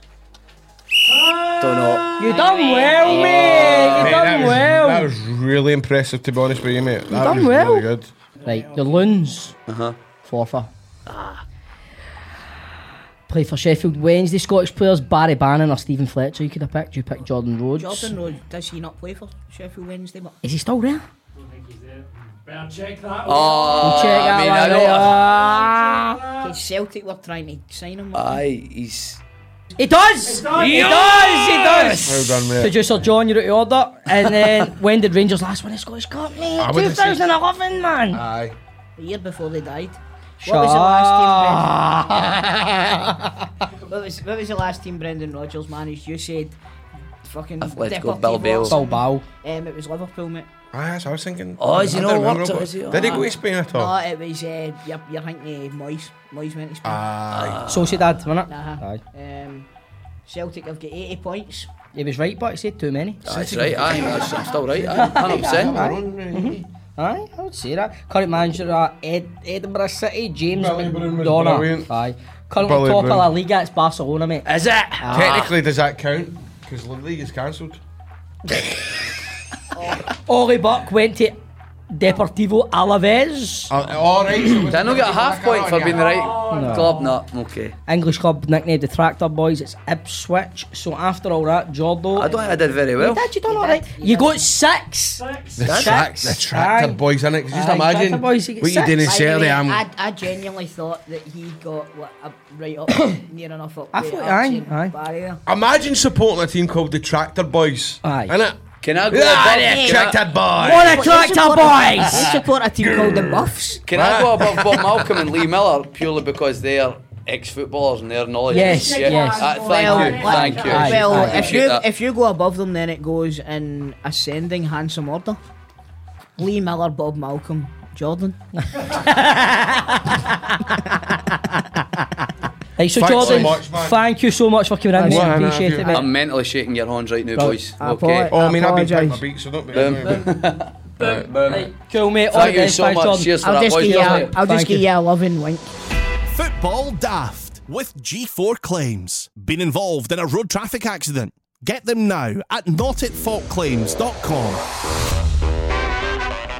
H: Don't know.
C: You done well, mate. You
F: Mate, that
C: done
F: was-
C: well.
F: That was really impressive, to be honest with you, mate. That
C: done
F: was
C: well.
F: really good.
C: Right, the loons.
H: Uh huh.
C: Forfa.
B: Ah.
C: Play for Sheffield Wednesday. Scottish players Barry Bannon or Stephen Fletcher. You could have picked. You picked Jordan Rhodes.
B: Jordan Rhodes, does he not play for Sheffield Wednesday? But
C: Is he still there?
G: Better check that.
H: Oh,
C: Check
H: I
C: that
H: mean,
C: one
H: I know.
B: Because Celtic were trying to sign
H: Ah,
B: him.
H: Aye, he's.
C: He does. He does. He does.
F: Well done, mate.
C: Producer John, you're out of order. And then when did Rangers last win the Scottish Cup, mate?
F: I would've said-
C: 2011, man.
F: Aye.
B: the year before they died.
C: Shut
B: was the last
C: up.
B: What was, what was the last team Brendan Rodgers managed? You said fucking
H: Athletic
B: Deportivo
H: Bilbao.
B: or
C: Bow
B: something.
C: bow.
B: Um, it was Liverpool, mate.
F: Aye, that's what I was thinking.
H: Oh, is
F: I
H: he
F: don't
H: not
F: remember,
H: worked it?
F: but-
H: Is he-
F: Did he go to Spain at all?
B: No, it was uh, you're, you're thinking of Moyes. Moyes went to Spain.
F: Ah. Aye.
C: Sociedad, wasn't it?
B: Uh-huh.
C: Aye.
B: Um, Celtic have got 80 points.
C: He was right, but he said too many.
H: That's right, aye, that's, I'm still right, aye, 100%.
C: Aye, I would say that. Current manager at Ed- Edinburgh City, James
F: Billy Brown was
C: McDonough.
F: brilliant.
C: Aye. Currently
F: Billy
C: top
F: Brown.
C: of La Liga, it's Barcelona, mate.
H: Is it?
C: Ah.
F: Technically, does that count? Because the league is cancelled.
C: Ollie Buck went to Deportivo Alaves.
F: Uh, all right. So
H: Did I not get a half point for being the right club? No, okay.
C: English club nicknamed the Tractor Boys, it's Ipswich. So after all that, Jordo.
H: I don't think I did very well.
C: Dad, you done alright. You got six.
G: Six.
F: The,
H: That's
F: track,
C: it.
F: the tractor
C: Aye.
F: boys in it. Just
C: Aye,
F: imagine
C: tractor boys, you get
F: what you
C: six.
F: did in
B: By the
F: Saturday.
B: way,
F: I'm
B: I, I genuinely thought that he got like, up, right up near enough up.
C: I
B: with
C: thought- aye,
B: Archie and
C: aye.
B: Barry there.
F: Imagine supporting a team called the Tractor Boys.
C: Aye.
F: Innit?
H: Can I go
F: Ah,
H: above?
F: the
H: Can I,
F: Tractor Boys.
C: What a Tractor
B: They
C: Boys!
B: support a team called the Buffs.
H: can I go above Bob Malcolm and Lee Miller purely because they're ex-footballers and their knowledge?
C: Yes,
H: is shit?
C: yes.
H: Ah, thank
B: Well,
H: you,
B: well,
H: thank you.
C: Aye,
B: Well,
C: aye.
B: if you
H: Appreciate that.
B: if you go above them, then it goes in ascending handsome order. Lee Miller, Bob Malcolm, Jordan.
C: Right, so
F: Thanks so
C: Jordan,
F: much, man.
C: thank you so much for coming in.
F: Thanks,
C: mate.
F: man.
C: Appreciate it, mate.
H: I'm mentally shaking your hands right now, boys.
B: I
H: Okay.
B: apologise.
F: Oh, I mean, I've been picking my
B: Apologise.
F: beat, so don't be.
C: Right, Cool, mate. All
H: Thank you
C: right,
H: so
C: thanks,
H: much.
C: Jordan.
H: Cheers for
B: I'll
H: that,
B: just
H: boys.
B: give you,
C: mate.
B: a- I'll just
C: Thank
B: give
C: you.
B: you a loving wink.
A: Football daft with G4 claims. Been involved in a road traffic accident? Get them now at notitfaultclaims.com.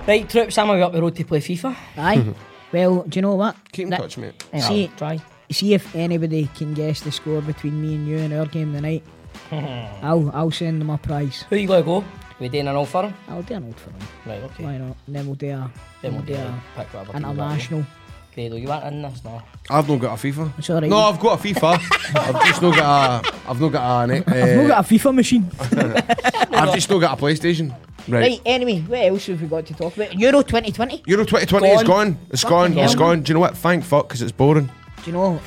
C: Right, troops, I'm away up the road to play FIFA.
B: Aye. well, do you know what?
F: Keep in
B: That-
F: touch, mate.
C: Hang on,
B: See-
C: try.
B: See if anybody can guess the score between me and you in our game tonight. I'll I'll send them a prize.
C: Who you gonna go? We doing an all for him?
B: I'll do an old for them.
C: Right, okay.
B: Why not? And then we'll do a,
C: Then we'll do
B: a
C: a pick whatever. team we want.
B: international.
C: Grado, you aren't in this, no.
F: I've not got a FIFA.
B: It's all right.
F: No, I've got a FIFA. I've just not got a. I've not got a. Uh,
B: We've got a FIFA machine.
F: I've just not got a PlayStation. Right.
B: Right, anyway, what else have we got to talk about? Euro 2020?
F: Euro 2020 is gone. It's gone. It's gone. Do you know what? Thank fuck, because it's boring.
B: Do you know?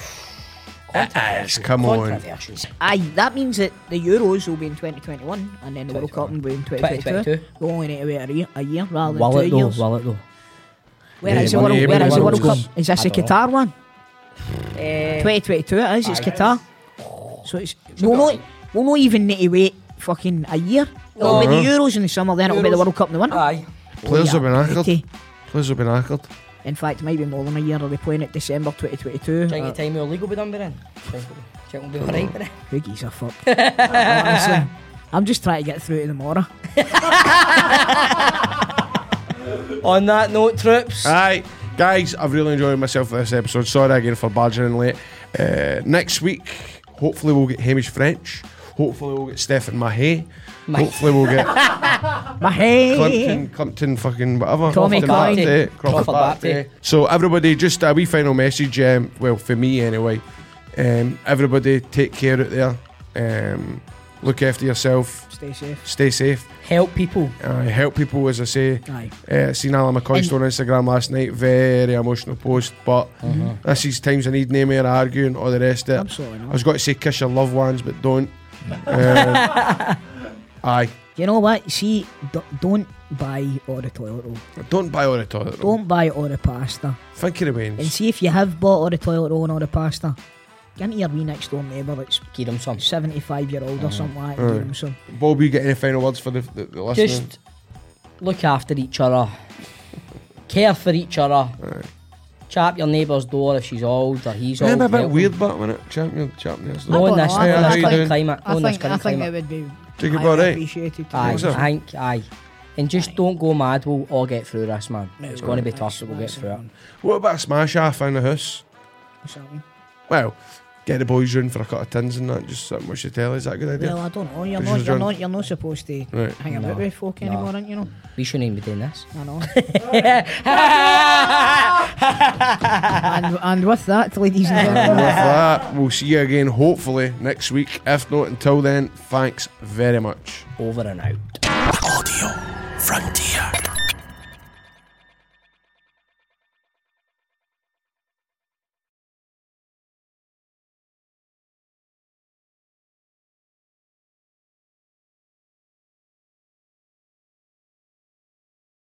F: It's come on.
C: Controversial.
B: Aye, that means that the Euros will be in 2021 and then the World Cup will be in 2022.
C: 2022.
B: We only need to wait a, re- a year rather than
C: Will
B: two
C: it though?
B: years.
C: Will it though?
B: Where
F: Yeah,
B: is the
F: money
B: World, where
F: everywhere
B: is the
F: else
B: World Cup?
F: goes.
B: Is
C: I
B: this the
C: don't
B: Qatar one? 2022 it is, it's Qatar. So it's, we'll, not, we'll not even need to wait fucking a year. It'll be the Euros in the summer, then it'll be the
C: Euros.
B: World Cup in the winter.
C: Aye.
F: Players have been
B: Pity.
F: knackered. Players have been knackered.
B: In fact, it might be more than a year. Are they playing it December 2022?
C: Think
B: Uh,
C: the time your legal be done by then? Think- Check we'll be alright by then.
B: Who gives a fuck? Honestly, I'm just trying to get through to tomorrow.
C: On that note, troops.
F: Aye. Guys, I've really enjoyed myself for this episode. Sorry again for badgering late. Uh, next week, hopefully we'll get Hamish French. Hopefully we'll get Stefan Mahay. Hopefully we'll get
B: My hey!
F: Climpton, Climpton, fucking whatever.
B: Tommy
F: Crawford
B: Clyde.
F: Barty. Crawford
C: Crawford Barty.
F: Barty. So everybody, just a wee final message. Um, well, for me anyway. Um, everybody, take care out there. Um, look after yourself.
B: Stay safe.
F: Stay safe.
C: Help people.
F: Uh, help people, as I say.
B: Aye.
F: Uh, seen Alan McCoist on Instagram last night. Very emotional post, but this is times I need no more arguing or the rest of it.
B: Absolutely
F: I
B: not.
F: was going to say kiss your loved ones, but don't. Um, aye,
B: You know what? See, d- don't buy all the toilet roll.
F: don't buy all the toilet roll.
B: Don't buy all the pasta.
F: Think of the
B: And
F: wains.
B: see if you have bought all the toilet roll and all the pasta. Get into your wee next door neighbour that's
C: Give them some.
B: 75 year old or something like that. and give him some.
F: Bob, you get any final words for the, the, the listener?
C: Just look after each other. Care for each other. Chap your neighbour's door if she's old or he's old.
F: I'm a bit
C: Help
F: weird, but when it champion, champion, it's
C: No,
E: Oh,
F: not-
C: in this,
B: I
C: no, in
F: don't
C: this
F: know.
C: current climate. No,
B: I
C: in this
B: think, I
C: current
B: think it
C: climate. Ah.
B: would be
F: Think
B: highly
F: about it.
B: appreciated.
C: Aye,
F: sir.
C: aye, aye. And just don't go mad. We'll all get through this, man. It's going to be tough, but we'll get through it.
F: What about a smash half in the house?
E: What's happening?
F: Well, get the boys round for a cut of tins and that, just sit and watch the telly. Is that a good idea?
E: Well, I don't know. You're not,
F: Producer
E: you're
F: John.
E: not, you're not supposed to
F: Right.
E: hang about with folk anymore, aren't you? Know?
C: We shouldn't even be doing this.
E: I know. and, and with that, ladies and
F: And with
E: gentlemen,
F: that, we'll see you again hopefully next week. If not, until then, thanks very much.
C: Over and out.
A: Audio Frontier.